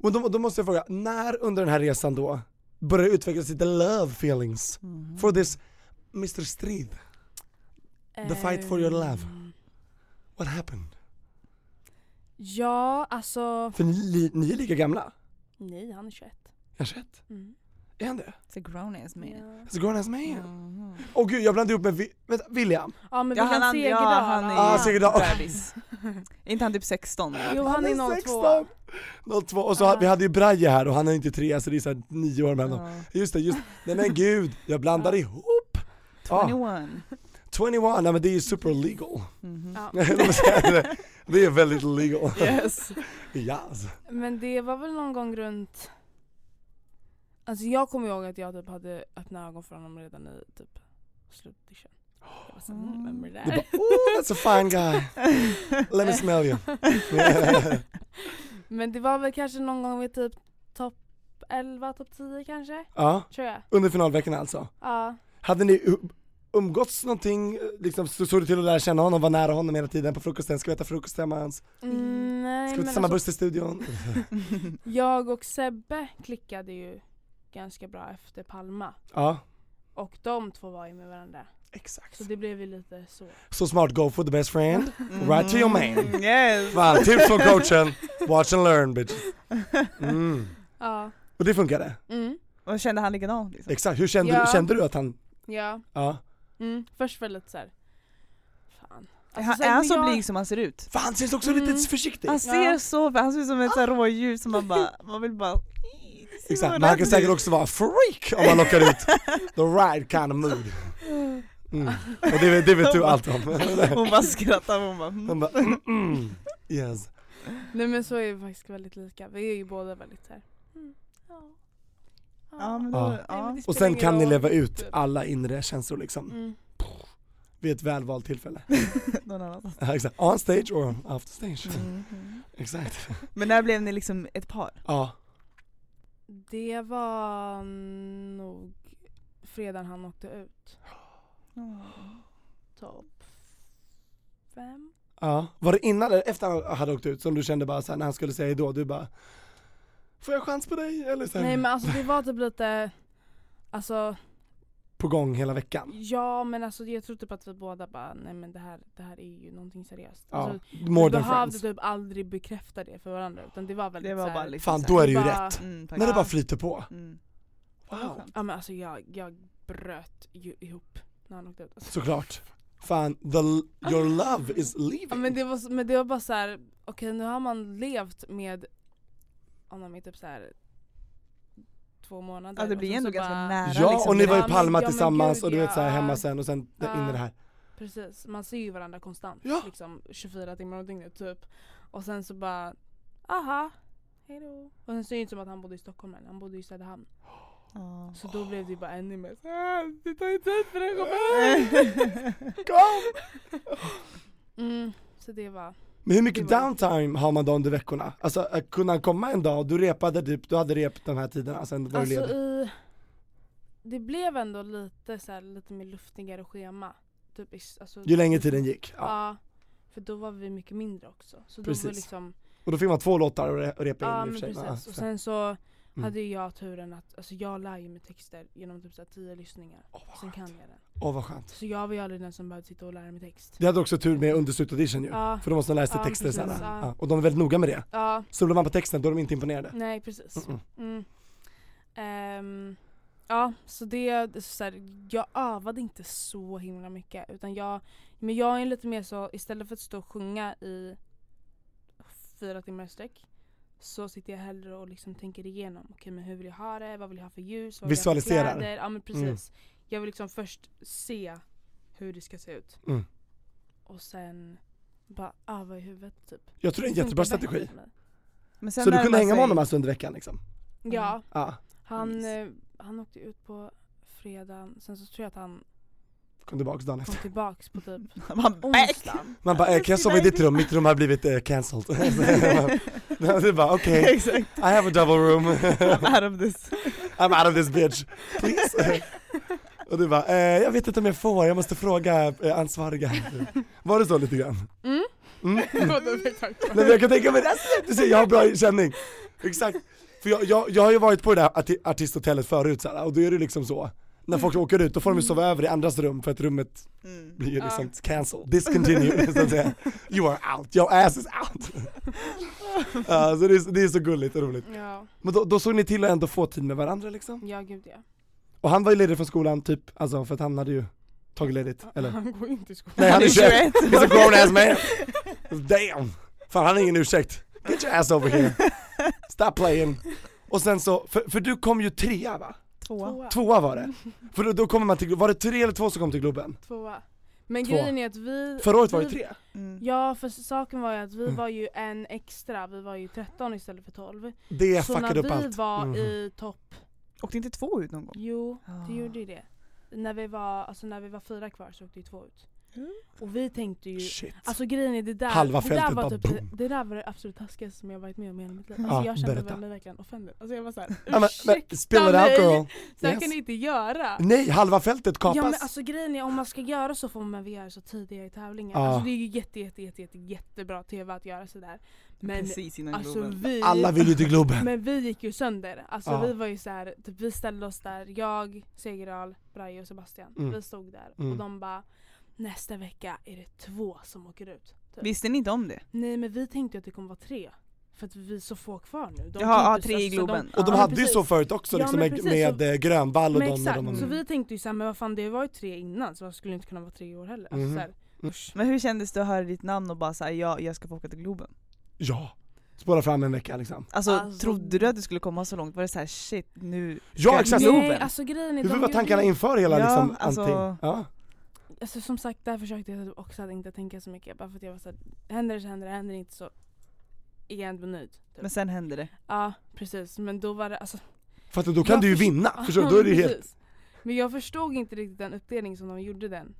Och då, då måste jag fråga, när under den här resan då började utvecklas lite love feelings Mm. for this Mr Strid? The fight for your love. Ehm, What happened? Ja, alltså. För ni, ni är lika gamla? Nej, han är 21. Jag har ett. Mm. Är han det? It's a grown ass man. Mm-hmm. Alltså grown as man? Åh gud jag blandade ihop med Vi, vänta, William. Ja men Ja, vi kan han- segerdag. ja, han är- Ah, Sigurdal. Bebis. Är inte han typ 16? Jo han är 02. 16. 02 och så vi hade ju Braje här och han är inte tre så det är såhär nio år mellan dem. Just det, just Nej men gud, jag blandar ihop! Ah, 21. 21, nej men det är ju super legal. Mm-hmm. Ja. det är väldigt legal. alltså. Yes. Yes. Men det var väl någon gång runt. Alltså jag kommer ihåg att jag typ hade öppna ögon för honom redan i typ slutdition. Jag var såhär, mm, vem är det Du där? bara, oh that's a fine guy. Let me smell you. Men det var väl kanske någon gång vid typ topp 11, topp 10 kanske? Ja, Tror jag. under finalveckan alltså. Ja. Hade ni umgåtts någonting, liksom så såg du till att lära känna honom, var nära honom hela tiden på frukosten, ska vi äta frukost hemma hans? Mm, nej, Ska vi men ta samma buss alltså, till studion? Jag och Sebbe klickade ju ganska bra efter Palma. ja, Och de två var ju med varandra. Exakt. Så det blev ju lite så. så smart, go for the best friend, Mm. right to your man. Mm. Yes. Fan, tips från coachen, watch and learn bitch. Mm. Ja. Och det funkade? Mm. Och kände han likadant liksom? Exakt, hur kände, Ja. du, kände du att han, Ja. ja? Mm. Först var det lite såhär. Fan. Är Alltså, han- sen är han när så jag- blyg som han ser ut? Fan han ser också Mm. lite försiktig. Han ser Ja. Ah. så, han ser ut som ett så här rådjur som man bara, man vill bara Exakt, men han kan säkert också vara freak om man lockar ut the right kind of mood. Mm. Och det, vet- det vet du allt om. "Mm, Hon bara skrattar, hon bara Hon bara mm, mm. yes. Nej men så är vi faktiskt väldigt lika. Vi är ju båda väldigt såhär. Mm. Ja. Ja, men då, Ja. ja. men det Och spelar sen ingen kan ni roll, leva ut typ. alla inre känslor liksom, Mm. vid ett välvalt tillfälle. Någon Mhm. annan. Ja, Exakt, on stage or after stage. Mm. Exakt. Men när blev ni liksom ett par? Ja, Det var nog fredagen han åkte ut. Topp fem? ja. Var det innan eller efter han hade åkt ut som du kände bara såhär när han skulle säga hejdå, du bara Får jag chans på dig? Eller så här, Nej men alltså det var typ lite, alltså på gång hela veckan? ja men alltså jag tror typ att vi båda bara nej men det här, det här är ju någonting seriöst. Ja, Alltså, more vi than behövde friends. typ aldrig bekräfta det för varandra utan det var väldigt Det var såhär, bara liksom Fan så här- då är det ju det bara- rätt. Mm, När det faktiskt. bara flyter på. Mm. Wow. ja men alltså jag, jag bröt ju ihop när han åkte ut. Alltså. Såklart. Fan, the, your love is leaving. Ja, men, det var, så- men det var bara så här: okej nu har man levt med honom i typ så här två månader. Ja det och blir sen ändå så ganska bara- nära ja liksom, och ni var i Ja, men- Palma ja, men tillsammans gud, och du vet ja. såhär hemma sen och sen Ja. in i det här. Precis, man ser ju varandra konstant. Ja. Liksom 24 timmar om dygnet typ. Och sen så bara, aha, hejdå. Och sen så är det ju inte som att han bodde i Stockholm än, han bodde ju i Söderhamn. Ja. Så då blev det ju bara ännu mer så här, det tar ju tid för dig att komma hit. Mm, så det var, Men hur Det mycket var- downtime har man då under veckorna? Alltså att kunna han komma en dag, du repade typ, du hade rep de här tiderna sen var du alltså ledig. i, det blev ändå lite så här, lite mer luftigare schema. Typ, i s- alltså, Ju längre tiden gick. Ja. Ja. för då var vi mycket mindre också. Så då var Precis. liksom, Och då fick man två låtar att re- att repa in ja i och men för sig. Alltså. Mm. precis. Ja, Och så- sen så hade ju jag turen att, alltså jag lär ju mig texter genom typ så här tio lyssningar. Sen kan jag den. Åh vad skönt. Så jag var ju aldrig den som behövde sitta och lära mig text. Det hade också tur med under slutaudition ju. Ja. För då måste man lära sig Ja, texter precis, sen. ja. Ja. Och de är väldigt noga med det. Ja, Så blir man på texten, då är de inte imponerade. nej precis. Mm-mm. Mm. Ehm, ja, så det, det är så här, jag övade inte så himla mycket. Utan jag, men jag är lite mer så, istället för att stå och sjunga i fyra timmar i sträck så sitter jag hellre och liksom tänker igenom. Okej men hur vill jag ha det? Vad vill jag ha för ljus? Vad vill jag ha för Visualiserar. Mm. kläder? Ja men precis. Jag vill liksom först se hur det ska se ut. Mm. Och sen bara öva i huvudet typ. Jag tror det är en Funkar jättebra bättre strategi. för mig. Men sen Så du närmar kunde hänga sig- med honom alltså under veckan liksom? Ja, Ja, han, Mys. eh, han åkte ut på fredagen, sen så tror jag att han kom tillbaks dagen kom efter. tillbaks på typ Han bara, back! onsdagen. Man bara, eh, kan jag sova i ditt rum? Mitt rum har blivit eh, cancelled. det är bara, okej, Exakt, I have a double room, I'm out of this. I'm out of this bitch, please. Och du bara, eh, jag vet inte om jag får, jag måste fråga eh, ansvariga. Var det så lite grann? Mm. Mm. Exakt. Nej men jag kan tänka mig det, Alltså, du ser jag har bra känning. Exakt. För jag, jag, jag har ju varit på det där arti- artisthotellet förut så här, och då är det liksom så, när Mm. folk åker ut då får de ju sova över i andras rum för att rummet Mm. blir ju Ja. liksom cancelled, discontinued, så att säga. You are out, your ass is out. Ja, så det, är, det är så gulligt och roligt. Ja, Men då, då såg ni till att ändå få tid med varandra liksom? ja gud ja. Och han var ju ledig från skolan typ, alltså för att han hade ju tagit ledigt, eller? Han går ju inte i skolan. Nej han är 21, 21. he's a grown ass man! Damn! Fan han har ingen ursäkt, get your ass over here, stop playing! Och sen så, för, för du kom ju trea va? Tvåa. Tvåa var det. För då, då kommer man till, var det tre eller två som kom till Globen? Tvåa. Men Tvåa. grejen är att vi... Förra året var det vi- tre. Mm. Ja för saken var ju att vi Mm. var ju en extra, vi var ju 13 istället för 12. Det så när fuckade upp vi allt. var Mhm. i topp, Åkte inte två ut någon gång? jo det Ah. gjorde ju det. När vi var, alltså när vi var fyra kvar så åkte ju två ut. Mm. Och vi tänkte ju, Shit. alltså grejen är det där, Halva det där fältet var bara typ, boom. det där var det absolut taskigaste som jag varit med om i hela mitt liv. Ja, Alltså jag kände berätta. väl mig verkligen offended. Alltså jag var såhär, men- men spill ursäkta it out, girl." mig! Så här Yes. kan ni inte göra! Nej, halva fältet kapas. Ja men alltså grejen är om man ska göra så får man väl göra så tidigare i tävlingen. Ja. Alltså det är ju jätte, jätte, jätte, jätte, jättebra TV att göra sådär. Men Precis innan alltså Globen. vi... Alla vill ju till Globen. Men vi gick ju sönder. Alltså Ja. vi var ju såhär, typ, vi ställde oss där, jag, Segerdahl, Braje och Sebastian. Mm. Vi stod där Mm. och de bara Nästa vecka är det två som åker ut. Typ. Visste ni inte om det? Nej men vi tänkte ju att det kommer vara tre. För att vi är så få kvar nu. De Jaha, kan ju ja, inte tre i stressa. Globen. Och de Ja, hade precis. ju så förut också Ja, liksom, men med, precis. med eh, Grönvall och men de. och exakt, de, så vi tänkte ju såhär, men vad fan det var ju tre innan så varför skulle det inte kunna vara tre år heller? Alltså, Mhm. så här, Men hur kändes det att höra ditt namn och bara såhär, ja, jag ska få åka till Globen? Ja, spåra fram en vecka liksom. Alltså, trodde du att du skulle komma så långt? Var det såhär shit nu Ja, jag exakt. till Nej, Globen? alltså grejen är, de Hur var gjorde tankarna ju- inför hela Ja, liksom alltså- allting? Ja. Alltså som sagt, där försökte jag också att inte tänka så mycket bara för att jag var såhär, händer det så händer det, händer det inte så är jag ändå nöjd. typ. Men sen hände det. Ja precis, men då var det alltså För att då kan jag du ju förs- vinna, Ja, förstår du? Då är det ju helt... precis. Men jag förstod inte riktigt den uppdelning som de gjorde den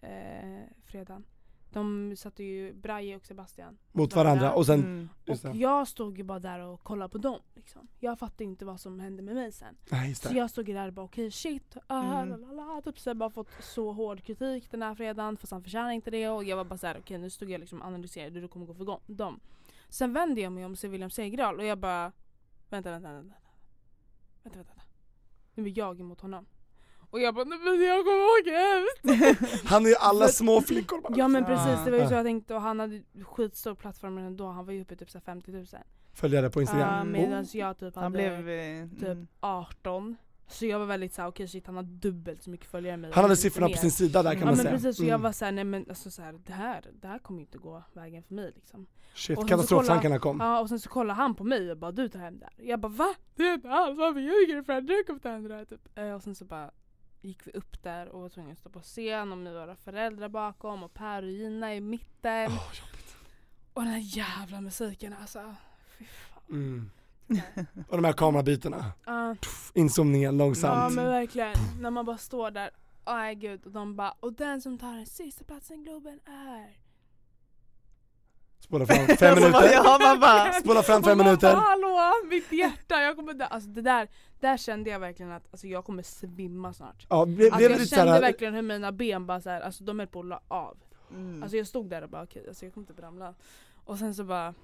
eh, fredagen. De satte ju Braje och Sebastian Mot varandra och sen- Mm. just Och det. jag stod ju bara där och kollade på dem liksom. Jag fattade inte vad som hände med mig sen. Nej, just Så det. jag stod ju där och bara okej shit, ah, Mm. lalala, typ så jag bara fått så hård kritik den här fredagen fast han förtjänar inte det och jag var bara såhär okej nu stod jag liksom och analyserade hur det kommer gå för gång- dem. Sen vände jag mig om och ser William Segerdahl och jag bara vänta vänta vänta vänta vänta, vänta. Nu är jag emot honom. Och jag bara nej men jag kommer åka hemskt. Han är ju alla För- små flickor bara. Ja men precis det var ju Ah. så jag tänkte och han hade skitstor plattform redan då, han var ju uppe i typ så här 50 000. Följare på Instagram. Oh. Ja, medan jag typ hade Han blev, eh, mm. typ 18. Så jag var väldigt såhär, okej shit han har dubbelt så mycket följare än mig. Han hade Lite siffrorna på mer. sin sida där kan ja, man men säga. precis, så jag Mm. var såhär, nej men alltså så här, det här, det här kommer ju inte gå vägen för mig liksom. sen Shit, så katastroftankarna kollade- kom. Ja och sen så kollade han på mig och bara du tar hem det här. Jag bara va? Det är inte alls, varför ljuger du för att du kommer ta hem det här typ. Eh, Och sen så bara gick vi upp där och var tvungna att stå på scen och med våra föräldrar bakom och Per och Gina i mitten. och den här jävla musiken alltså. Fy fan. Mm. Och de här kamerabytena. Ja. Inzoomningen Ja långsamt. men verkligen, när man bara står där, nej gud, och de bara och den som tar den sista platsen i Globen är... Spola fram fem minuter. Ja, man bara- Spola fram Och fem man minuter. Bara, Hallå, mitt hjärta, jag kommer dö. Alltså det där, där kände jag verkligen att alltså, jag kommer svimma snart. Ja, blev- blev alltså, det jag lite kände såhär- verkligen hur mina ben bara såhär, alltså de höll på att la av. Mm. Alltså jag stod där och bara okej, alltså, jag kommer typ ramla. Och sen så bara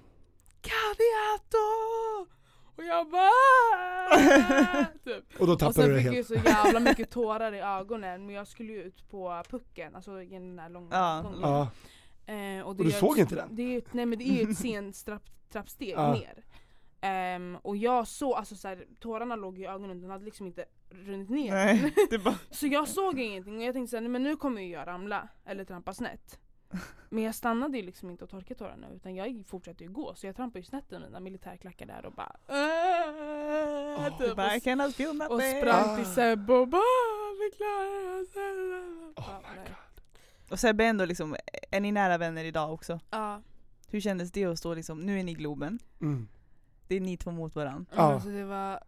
Kadiato! Och jag bara typ. Och då tappade och sen du det fick jag ju helt. så jävla mycket tårar i ögonen men jag skulle ju ut på pucken, alltså i den där långa Ja. gången. Ja. Eh, Och det du är ju såg ett- inte den? Det är ju ett, nej men det är ju ett sent trapp, trappsteg Ja. ner. Ehm, och jag såg, alltså så här, tårarna låg i ögonen, den hade liksom inte runnit ner. Nej, det bara- så jag såg ingenting och jag tänkte såhär, men nu kommer ju jag ramla eller trampa snett. Men jag stannade ju liksom inte och torkade tårarna utan jag fortsatte ju gå så jag trampade ju snett i mina militärklackar där och bara "Äh", Du Ah, bara, I och, cannot feel och nothing. sprang Ah. till Sebbe och bara vi klarar oss. Ja, nej. Och Sebbe är ändå liksom, är ni nära vänner idag också? Ja. Hur kändes det att stå liksom, nu är ni i Globen, Mm. det är ni två mot varandra. Men Alltså det var...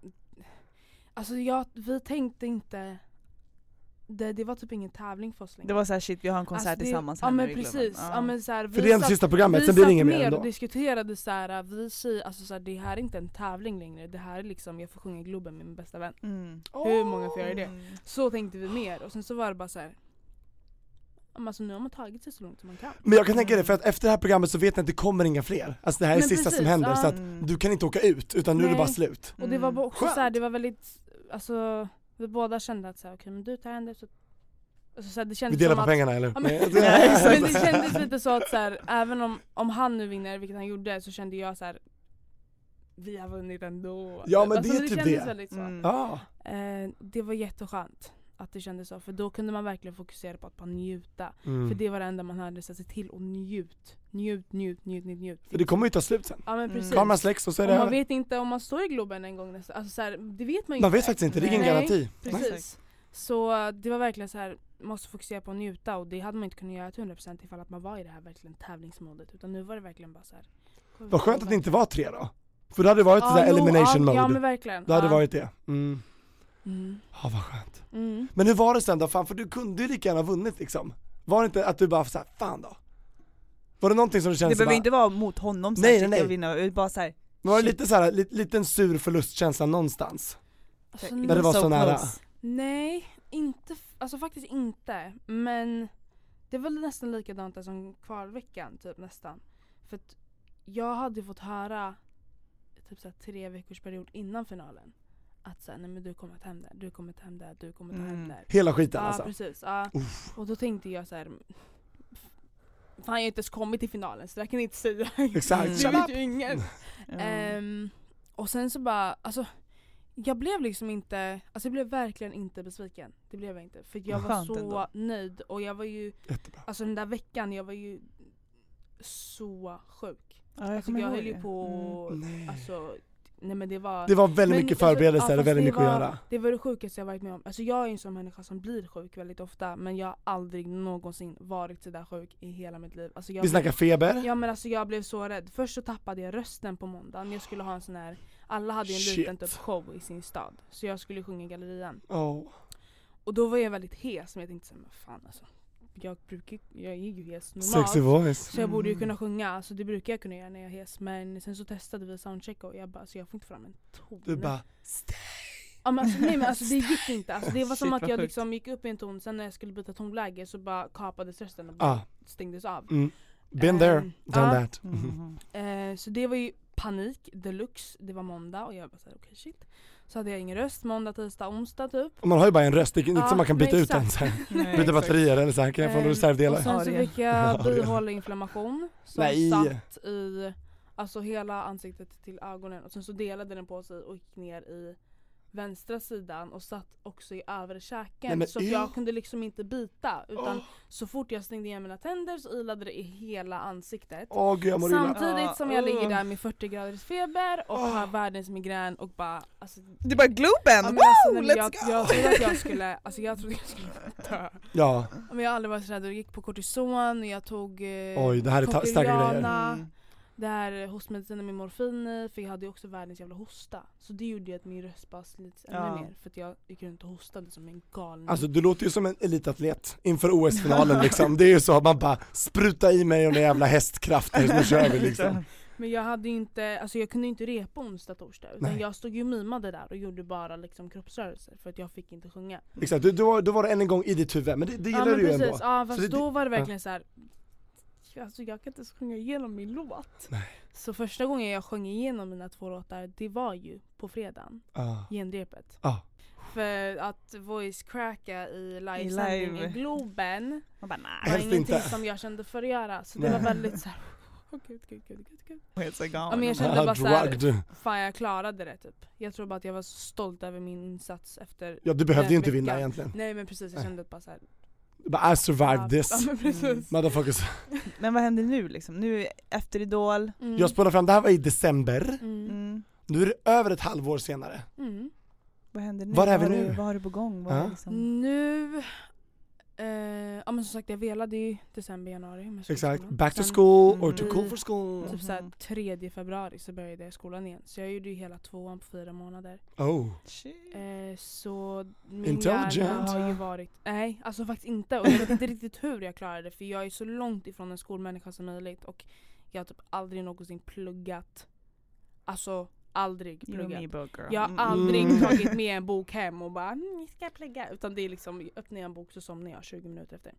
Alltså jag, vi tänkte inte... Det, det var typ ingen tävling för oss längre. Det var såhär shit vi har en konsert Alltså det- tillsammans Ja här men nu i Globen. precis. Ja. men så här, För det är ändå sista programmet, sen blir det inget mer Vi satt ner ändå. och diskuterade så här, vi säger, alltså så här, det här är inte en tävling längre. Det här är liksom, jag får sjunga i Globen med min bästa vän. Mm. Hur många får göra det? Mm. Så tänkte vi mer och sen så var det bara så här. ja, men Alltså nu har man tagit sig så långt som man kan. Men jag kan tänka det, för att efter det här programmet så vet ni att det kommer inga fler. Alltså det här är Men sista som precis, händer ja. så att Mm. du kan inte åka ut utan nu är det Nej. bara slut. Och det var bara också Mm. Skönt. så här, det var väldigt, alltså vi båda kände att så här, okej men du tar hem det så Alltså så här, det kändes delar som på att, pengarna, eller? Ja, men, Nej, men exakt. det kändes lite så att så här, även om, om han nu vinner, vilket han gjorde, så kände jag så här. Vi har vunnit ändå. Ja men alltså, det är typ kändes det. väldigt så. Mm. Ja. Eh, det var jätteskönt att det kändes så, för då kunde man verkligen fokusera på att bara njuta. Mm. För det var det enda man hade, så här, se till och njut. Njut, njut, njut, njut, njut. För det kommer ju ta slut sen. Ja men precis. Kameran släcks och så är det Och man över. vet inte om man står i Globen en gång nästa, alltså så här, det vet man ju Man inte. vet faktiskt inte, det är ingen Nej, garanti. Precis. Så det var verkligen så här måste fokusera på att njuta och det hade man inte kunnat göra till 100% ifall att man var i det här verkligen tävlingsmodet utan nu var det verkligen bara så här. Vad skönt att det inte var tre då. För då hade det varit Ja, sådär jo, elimination ja, mode. ja, men verkligen. Då hade det Ja. varit det. Mm. Mm. Ja vad skönt. Mm. Men hur var det sen då? Fan för du kunde ju lika gärna ha vunnit liksom. Var det inte att du bara såhär, fan då? Var det någonting som du Det kände så behöver bara- inte vara mot honom så Nej, nej, nej, nej, nej. jag vinna, utan bara såhär, Var det lite såhär, li, liten sur förlustkänsla någonstans? Alltså, Där det var så nära? Nej, inte, f- alltså faktiskt inte. Men det var nästan likadant där som kvalveckan, typ nästan. För att jag hade fått höra typ så här, tre veckors period innan finalen att såhär, nej men du kommer ta hem det, du kommer ta hem det, du kommer ta hem Mm. det. Hela skiten ja, alltså. Precis, ja. Och då tänkte jag så här. "Mm, Fan jag har inte ens kommit till finalen så det här kan jag inte säga. Exakt, det shut vet up. ju ingen. Mm. Ehm, och sen så bara, alltså jag blev liksom inte, alltså jag blev verkligen inte besviken. Det blev jag inte. För jag var Skönt så ändå. nöjd och jag var ju, alltså den där veckan jag var ju så sjuk. Ja, jag alltså kommer jag ihåg höll ju det. Mm. på och- alltså, nej men det var Det var väldigt men, mycket förberedelser fast och väldigt det mycket var, att göra. Det var det sjukaste jag varit med om. Alltså jag är ju en sån människa som blir sjuk väldigt ofta men jag har aldrig någonsin varit sådär sjuk i hela mitt liv. Alltså jag Vi snackar feber? Ja men alltså jag blev så rädd. Först så tappade jag rösten på måndagen. Jag skulle ha en sån här, alla hade ju en liten Shit. typ show i sin stad. Så jag skulle sjunga i gallerian. Oh. Och då var jag väldigt hes men jag tänkte såhär, men fan alltså. Jag, brukar, ju- jag är ju hes normalt. Sexy voice. Så jag borde ju Mm. kunna sjunga, alltså det brukar jag kunna göra när jag är hes. Men sen så testade vi soundcheck och jag bara, alltså jag får inte fram en ton. Du bara, Ja, men alltså, nej men alltså det gick inte. Alltså, det var som Shit, att vad jag sjukt. liksom gick upp i en ton, sen när jag skulle byta tonläge så bara kapades rösten och bara Ah. stängdes av. Mm. Been there, Ehm, done ja. Mm. that. Mhm. Eh, så det var ju panik deluxe, det var måndag och jag bara såhär okej shit. Så hade jag ingen röst måndag, tisdag, onsdag typ. Och man har ju bara en röst, det är inte Ja, som man kan byta nej, ut den exakt. sen. Nej, Byta exakt. batterier eller så här, kan jag få Ehm, några reservdelar? Och sen så fick jag bihåleinflammation som Nej. satt i alltså hela ansiktet till ögonen och sen så delade den på sig och gick ner i vänstra sidan och satt också i övre Nej, käken men så att ew. jag kunde liksom inte bita utan Åh. så fort jag stängde igen mina tänder så ilade det i hela ansiktet. Åh, gud, jag mår illa. Samtidigt som jag Ah, ligger uh. där med 40 graders feber och har världens migrän och bara alltså, Du bara Ja, Globen, men wow alltså, nej, men let's "Oh, jag, go! Jag trodde att jag skulle, alltså jag trodde jag skulle dö. Ja. Men jag har aldrig varit så rädd och gick på kortison och jag tog eh, Oj, det här är ta- starka grejer. Mm. Tokyrana, Mm. Det här hostmedicinen med morfin i, för jag hade ju också världens jävla hosta. Så det gjorde ju att min röst bara slits ännu Ja. mer för att jag gick runt och hostade som en galning. Alltså du låter ju som en elitatlet inför OS-finalen liksom. Det är ju så, att man bara spruta i mig och den jävla hästkraften, nu kör vi liksom. Men jag hade ju inte, alltså jag kunde ju inte repa onsdag torsdag utan Nej. jag stod ju och mimade där och gjorde bara liksom kroppsrörelser för att jag fick inte sjunga. Exakt, du, då, då var det än en gång i ditt huvud, men det, det gillar ja, men du ju precis. ändå. Ja Så fast det- då var det ja. verkligen så här. Alltså jag kan inte ens sjunga igenom min låt. Så första gången jag sjöng igenom mina två låtar, det var ju på fredagen. Ah. Genrepet. Ah. För att voice cracka i I livesändning i live. Globen bara, var Helst ingenting inte. som jag kände för att göra. Så det Nej. var väldigt såhär, åh gud gud gud gud gud. Helt så galen. Ja, men jag Ja, kände bara Ah, drugged. såhär, fan jag klarade det typ. Jag tror bara att jag var så stolt över min insats efter Ja, du behövde den ju inte vinna veckan. egentven. Nej men precis, jag Nej. Mm. kände bara såhär, Bara, I survived this. Ja, Mm. men precis. Motherfuckers. Men vad händer nu liksom? Nu efter Idol? Mm. Jag spolar fram, det här var i december. Mm. Nu är det över ett halvår senare. Mm. Vad händer nu? Var är vi vad har nu? Du, vad har du på gång? Vad Ja. är liksom? Nu, eh, ja men som sagt jag velade ju december, januari med Exakt, skolan. back to Sen school or too i cool for school. Typ såhär 3 februari så började jag skolan igen. Så jag gjorde ju hela tvåan på fyra månader. Oh. Eh, så min Intelligent. hjärna har ju varit, nej alltså faktiskt inte. Och jag vet inte riktigt hur jag klarade det för jag är så långt ifrån en skolmänniska som möjligt och jag har typ aldrig någonsin pluggat. Alltså aldrig You and me pluggat. both, girl. Jag har Mm. aldrig Mm. tagit med en bok hem och bara "Mm, ska jag plugga. Utan det är liksom, öppnar jag en bok så somnar jag 20 minuter efter.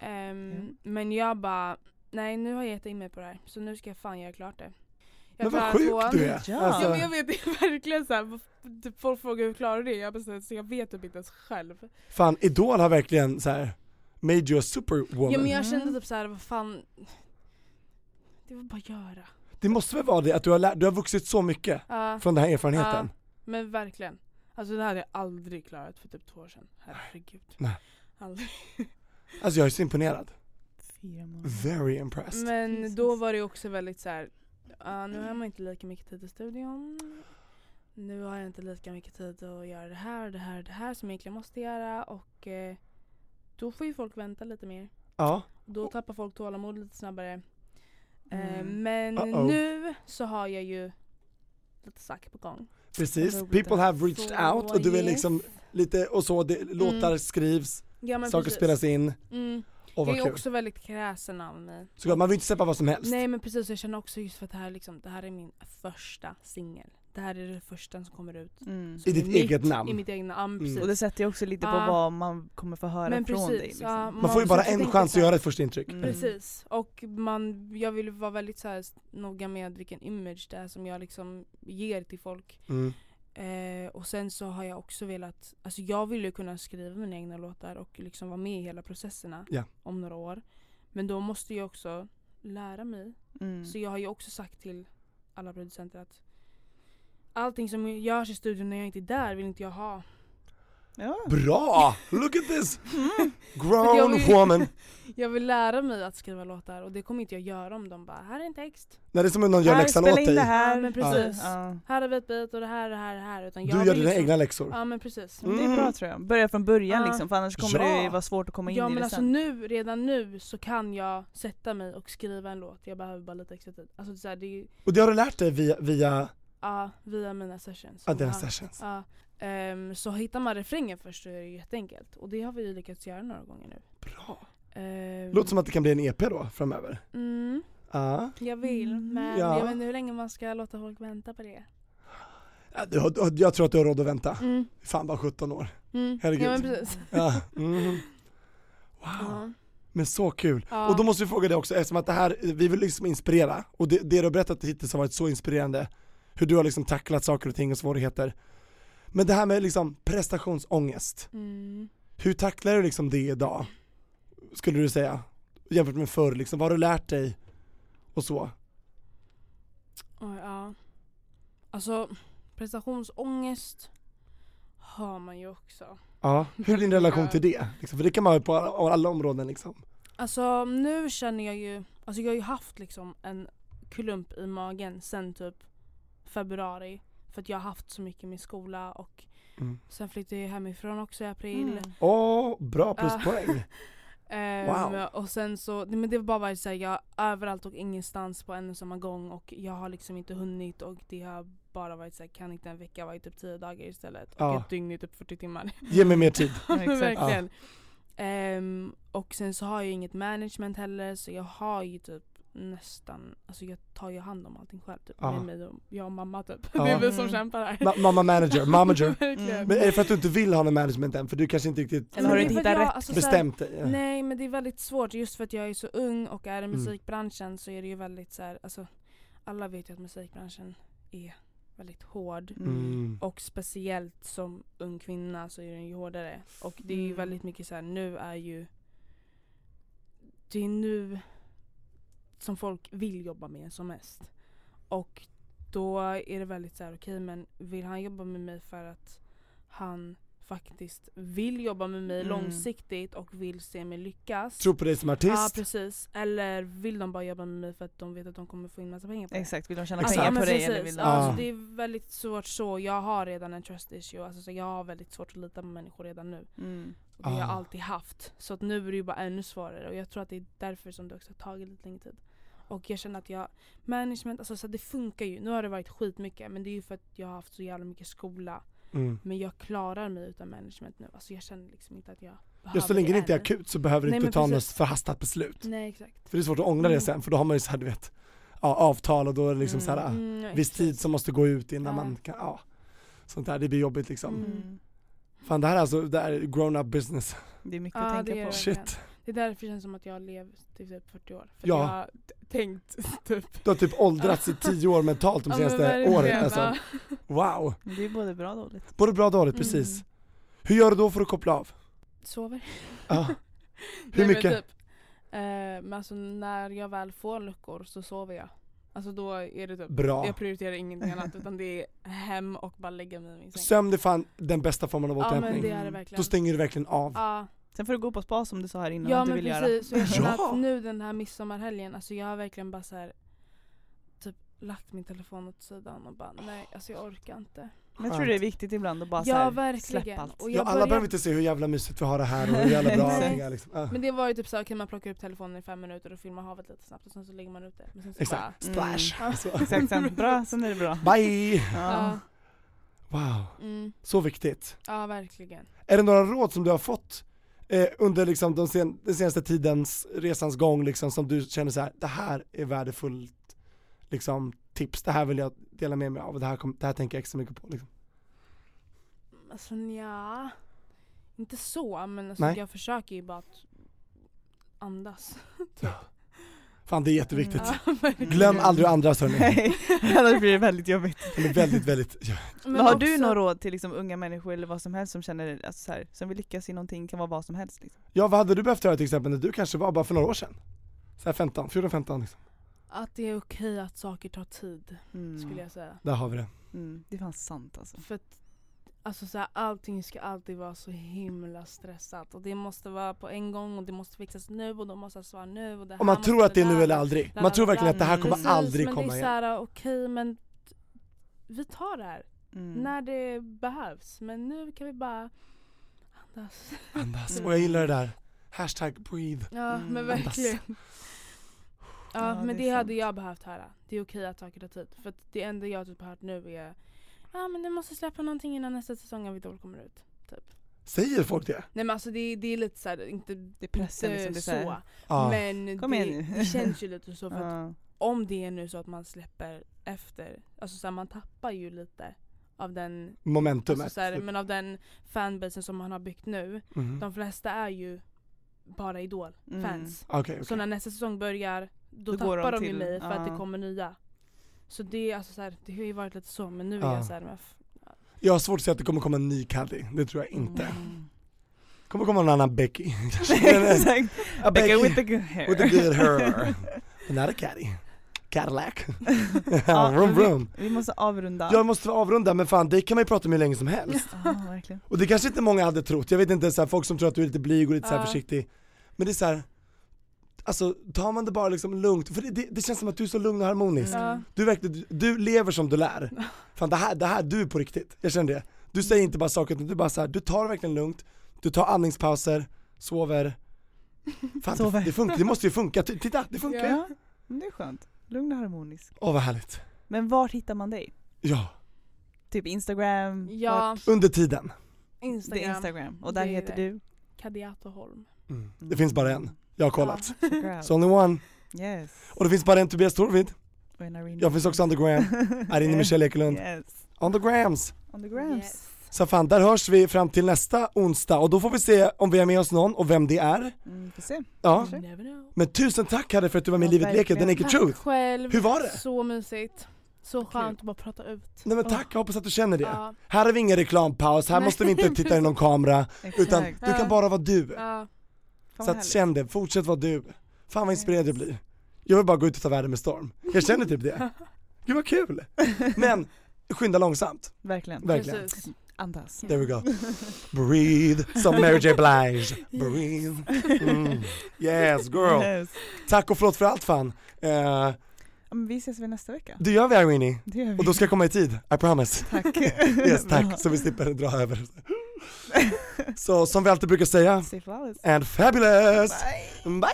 Ehm, Men jag bara, nej nu har jag gett in mig på det här så nu ska jag fan göra klart det. Men vad klarar sjuk tvåan. du är. Ja. Alltså- men jag vet, det är verkligen såhär, typ, folk frågar hur klarar du det? Jag bara, så här, så jag vet typ inte ens själv. Fan, Idol har verkligen så här made you a superwoman. Ja men jag kände typ såhär, vad fan, det var bara att göra. Det måste väl vara det, att du har, lär, du har vuxit så mycket Ja. från den här erfarenheten. Ja, men verkligen. Alltså det här hade jag aldrig klarat för typ två år sedan. Herregud. Nej. Aldrig. Alltså jag är så imponerad. Very impressed. Men då var det ju också väldigt så här. "Ah, nu har man inte lika mycket tid i studion. Nu har jag inte lika mycket tid att göra det här och det här och det här som jag egentligen måste göra och eh, då får ju folk vänta lite mer. Ja. Då tappar folk tålamod lite snabbare. Eh, Mm. men Uh-oh. nu så har jag ju lite saker på gång. Precis, people have reached Så, out och du är yes. liksom lite och så, det, låtar skrivs, E Mm. Ja, men saker precis. spelas in. Mm. Åh jag vad är kul. också väldigt kräsen av mig. Såklart, man vill inte släppa vad som helst. Nej men precis, jag känner också just för att det här, liksom, det här är min första singel. Det här är det första som kommer ut. Mm. Som I är ditt mitt, eget namn. Mm. I mitt egna namn, precis. Och det sätter ju också lite på Ja. vad man kommer få höra Men från dig. precis, ja, Liksom. Man får ju bara måste en tänka chans så att här. göra ett första intryck. Mm. Precis, och man, jag vill vara väldigt så här, s- noga med vilken image det är som jag liksom ger till folk. Mm. Eh, och sen så har jag också velat, alltså jag vill ju kunna skriva mina egna låtar och liksom vara med i hela processerna Ja. om några år. Men då måste jag också lära mig. Mm. Så jag har ju också sagt till alla producenter att allting som görs i studion när jag inte är där vill inte jag ha. Ja. Bra! Look at this! Mm. Jag Grown vill- woman. Jag vill lära mig att skriva låtar och det kommer inte jag göra om de bara “här är en text, Nej, det är som om någon gör Här, läxan spela åt in dig. det här. Ja, men precis. Ja. här har vi ett beat och det här, det här, det här” utan Du jag gör vill dina liksom- egna läxor. Mm. Ja men precis. Det är bra tror jag. Börja från början Ja. liksom, för annars kommer Mm. Ja. det ju vara svårt att komma in Ja i men det alltså sen. nu, redan nu så kan jag sätta mig och skriva en låt, jag behöver bara lite extra tid. Alltså det är, så här, det är ju, Och det har du lärt dig via, via ja, via mina sessions. ah, dina Ja. sessions. Ja. Ehm, så hittar man refrängen först så är det jätteenkelt. Och det har vi ju lyckats göra några gånger nu. Bra. Um, Låter som att det kan bli en EP då framöver. Mm, Ja. jag vill Mm. men Ja. jag vet inte hur länge man ska låta folk vänta på det. Ja, du har- du har- Jag tror att du har råd att vänta. Mm, Fan bara 17 år. mm. Herregud. Ja men precis. Ja. Mm. Wow. Ja. Men så kul. Ja. Och då måste vi fråga dig också, eftersom att det här, vi vill liksom inspirera. Och det, det du har berättat hittills har varit så inspirerande. Hur du har liksom tacklat saker och ting och svårigheter. Men det här med liksom prestationsångest. Mm. Hur tacklar du liksom det idag? Skulle du säga? Jämfört med förr liksom, vad har du lärt dig? Och så. Oj, ja. Alltså prestationsångest har man ju också. Ja. Hur är din relation till det? Liksom, för det kan man ha på alla, av alla områden liksom. Alltså nu känner jag ju, alltså jag har ju haft liksom en klump i magen sen typ februari. För att jag har haft så mycket med skola och Mm. sen flyttade jag hemifrån också i april. Mm. Åh, bra Ja. pluspoäng. Ehm, Wow. Och sen så, nej, men det har bara varit såhär, jag är överallt och ingenstans på en och samma gång och jag har liksom inte hunnit och det har bara varit såhär, kan inte en vecka vara i typ 10 dagar istället? Och Ja. ett dygn i typ 40 timmar. Ge mig mer tid. Ja, men exakt. verkligen. Ehm, och sen så har jag ju inget management heller så jag har ju typ nästan, alltså jag tar ju hand om allting själv typ. Ja. Med mig och, jag och mamma typ. Ja. Det är vi som Mm. kämpar här. Ma- mamma manager, manager. Verkligen. Mm. Men är det för att du inte vill ha någon management än? För du kanske inte riktigt Eller har du Men inte det är för att hittat jag- rätt alltså, så här- bestämt dig? Ja. Nej men det är väldigt svårt just för att jag är så ung och är i Mm. musikbranschen så är det ju väldigt så här, alltså alla vet ju att musikbranschen är väldigt hård Mm. och speciellt som ung kvinna så är den ju hårdare och det är ju Mm. väldigt mycket så här nu är ju det är nu som folk vill jobba med en som mest och då är det väldigt så här okej men vill han jobba med mig för att han faktiskt vill jobba med mig Mm. långsiktigt och vill se mig lyckas Tror på dig som Ja ah, artist? precis, eller vill de bara jobba med mig för att de vet att de kommer få in massa pengar på det? Exakt, vill de tjäna Alltså, pengar ja, men på dig precis. eller vill de... Ja, alltså, Ja. det är väldigt svårt så. Jag har redan en trust issue. Alltså, så jag har väldigt svårt att lita på människor redan nu. Mm. Och det har jag Ah. alltid haft. Så att nu är det ju bara ännu svårare. Och jag tror att det är därför som det också har tagit lite längre tid. Och jag känner att jag, management, alltså så här, det funkar ju. Nu har det varit skitmycket men det är ju för att jag har haft så jävla mycket skola. Mm. Men jag klarar mig utan management nu. Alltså jag känner liksom inte att jag behöver Ja, så länge det inte är än. akut så behöver du Nej, inte men ta något precis. förhastat beslut. Nej exakt. För det är svårt att ångra det Mm. sen för då har man ju såhär du vet, ja, avtal och då är det liksom Mm. såhär, mm. Mm, viss tid som måste gå ut innan Ja. man kan, ja. Sånt där, det blir jobbigt liksom. Mm. Fan det här är alltså, det här är grown up business. Det är mycket Ja, att det tänka är på. det. Shit. Det är därför det känns som att jag har levt till typ 40 år. För Ja. att jag har t- tänkt typ. Du har typ åldrats i tio år mentalt de Ja, men senaste verkligen, åren alltså. ja. Wow. Det är både bra och dåligt. Både bra och dåligt, Mm. precis. Hur gör du då för att koppla av? Sover. Ja. Nej, men mycket? Typ, eh, men alltså när jag väl får luckor så sover jag. Alltså då är det typ, Bra. jag prioriterar ingenting annat utan det är hem och bara lägga mig i min säng. Sömn är fan den bästa formen av ja men återhämtning. det är det verkligen. Då stänger du verkligen av. ja, Sen får du gå på spa som du sa här innan ja att du men vill precis. Och jag känner Ja. att nu den här midsommarhelgen, alltså jag har verkligen bara så här typ lagt min telefon åt sidan och bara nej alltså jag orkar inte. göra. Men jag tror det är viktigt ibland att bara så ja här, släpp verkligen. allt. Och Ja, jag alla börjar- behöver inte se hur jävla mysigt vi har det här och hur jävla bra Nej. allting är liksom. Ja. Men det var ju typ såhär, kan man plocka upp telefonen i fem minuter och filma havet lite snabbt och sen så lägger man ut det. Men sen så bara, Exakt, splash. Mm. Så. Exakt, sen bra, sen är det bra. Bye! ja, Ja. Wow, mm, så viktigt. ja verkligen. Är det några råd som du har fått eh, under liksom de sen, den senaste tidens, resans gång liksom, som du känner så här, det här är värdefullt liksom, tips, det här vill jag dela med mig av, och det här, kom, det här tänker jag extra mycket på liksom. Alltså nja. Inte så, men alltså, Nej. jag försöker ju bara att andas. Fan det är jätteviktigt. Ja, verkligen. Glöm aldrig att andras hörni. Nej, annars blir det väldigt jobbigt. Det är väldigt, väldigt, Men har du något råd till liksom unga människor eller vad som helst som känner, alltså så här, som vill lyckas i någonting, kan vara vad som helst liksom? ja vad hade du behövt höra till exempel när du kanske var bara för några år sedan? Så här 15, 14-15 liksom. Att det är okej att saker tar tid, skulle jag säga. Där har vi det. Mm, det är fan sant alltså. För att alltså så här, allting ska alltid vara så himla stressat och det måste vara på en gång och det måste fixas nu och de måste ha svar nu och det här Och man måste tror att det är nu där. eller aldrig. La, Man la, tror la, verkligen la. att det här kommer Precis, aldrig men komma det är så igen. här, okej men vi tar det här Mm. när det behövs men nu kan vi bara andas. Andas. Mm. Och jag gillar det där. Hashtag breathe. Ja men Andas. verkligen. Ja, Mm, Ja, men det det, är hade jag behövt höra. Det är okej att saker tar tid. För att det enda jag typ har hört nu är Ja ah, men du måste släppa någonting innan nästa säsong av Idol kommer ut. Typ. Säger folk det? Nej men alltså det, är- det är lite såhär, inte Det är pressen inte liksom, det är så. så här, Ja. Men Kom igen det, nu. det känns ju lite så för att ja. om det är nu så att man släpper efter, alltså så här, man tappar ju lite av den, alltså Momentumet. så här, men av den fanbasen som man har byggt nu. Mhm. De flesta är ju bara Mm. Idol-fans. Okej, Så okej. när nästa säsong börjar, då, Då går tappar de de, ju till- mig för att ja. det kommer nya. Så det, är alltså så här, det har ju varit lite så, men nu är Ja. jag såhär, men f- Jag har svårt att se att det kommer komma en ny Caddy, det tror jag inte. Mm. Mm. Det kommer komma en annan Becky. Exakt. Like A Becky with the good hair. with a good hair. Not a Caddy. Cadillac. Ja, vroom men vi- vroom. Vi måste avrunda. Jag måste avrunda men fan det kan man ju prata om hur länge som helst. Ja, verkligen. Och det kanske inte många hade trott, jag vet inte, så här, folk som tror att du är lite blyg och lite så här Ja. försiktig. Men det är så här. Alltså tar man det bara liksom lugnt, för det, det, det känns som att du är så lugn och harmonisk. ja. Du verkligen, du lever som du lär. Fan det här, det här, du är på riktigt. Jag känner det. Du säger inte bara saker utan du bara så här, du tar det verkligen lugnt, du tar andningspauser, sover. Fan Sover. Det, det, funkar, det måste ju funka, T- titta det funkar ju. Åh Ja, men det är skönt. Lugn och harmonisk. vad härligt. Men vart hittar man dig? Ja, Typ Instagram? vart? ja under tiden. Det Instagram, är Instagram. Och där Det är heter det. du? Kadiato Holm. Mm. Det finns bara en, jag har kollat. Ja. Check her out. So only one. Yes. Och det finns bara en Tobias Torvid. Och en Irene. Jag finns också on the gram. Arinne Michelle Ekelund. Yes. On the grams. On the grams. Yes. Så fan, där hörs vi fram till nästa onsdag och då får vi se om vi har med oss någon och vem det är. Mm, får se. Ja. You never know. Men tusen tack Harry för att du var med i Ja, Livet Leker, The verkligen. Naked Tack Truth. själv. Hur var det? Så mysigt. Så skönt att bara prata ut. Nej men tack, jag hoppas att du känner det. Ja. Här har vi ingen reklampaus, här Nej. måste vi inte titta i någon kamera, utan Exakt. du kan bara vara du. Ja. Fan, Så vad att härligt. känn det, fortsätt vara du. Fan vad inspirerad jag blir. Jag vill bara gå ut och ta världen med storm. Jag känner typ det. Gud vad kul! Men skynda långsamt, Verkligen. verkligen. Precis. Andas. There we go. Breathe, som Mary J Blige. Breathe. Mm. Yes girl. Yes. Tack och förlåt för allt fan. Eh, Ja, men vi ses väl nästa vecka? det gör vi Irene. Det gör vi. Och då ska jag komma i tid, I promise. Tack. Yes, tack. Så vi slipper dra över. Så som vi alltid brukar säga, Safe flowers. and fabulous! Bye. Bye.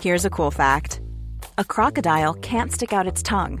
Here's a cool fact a crocodile can't stick out its tongue.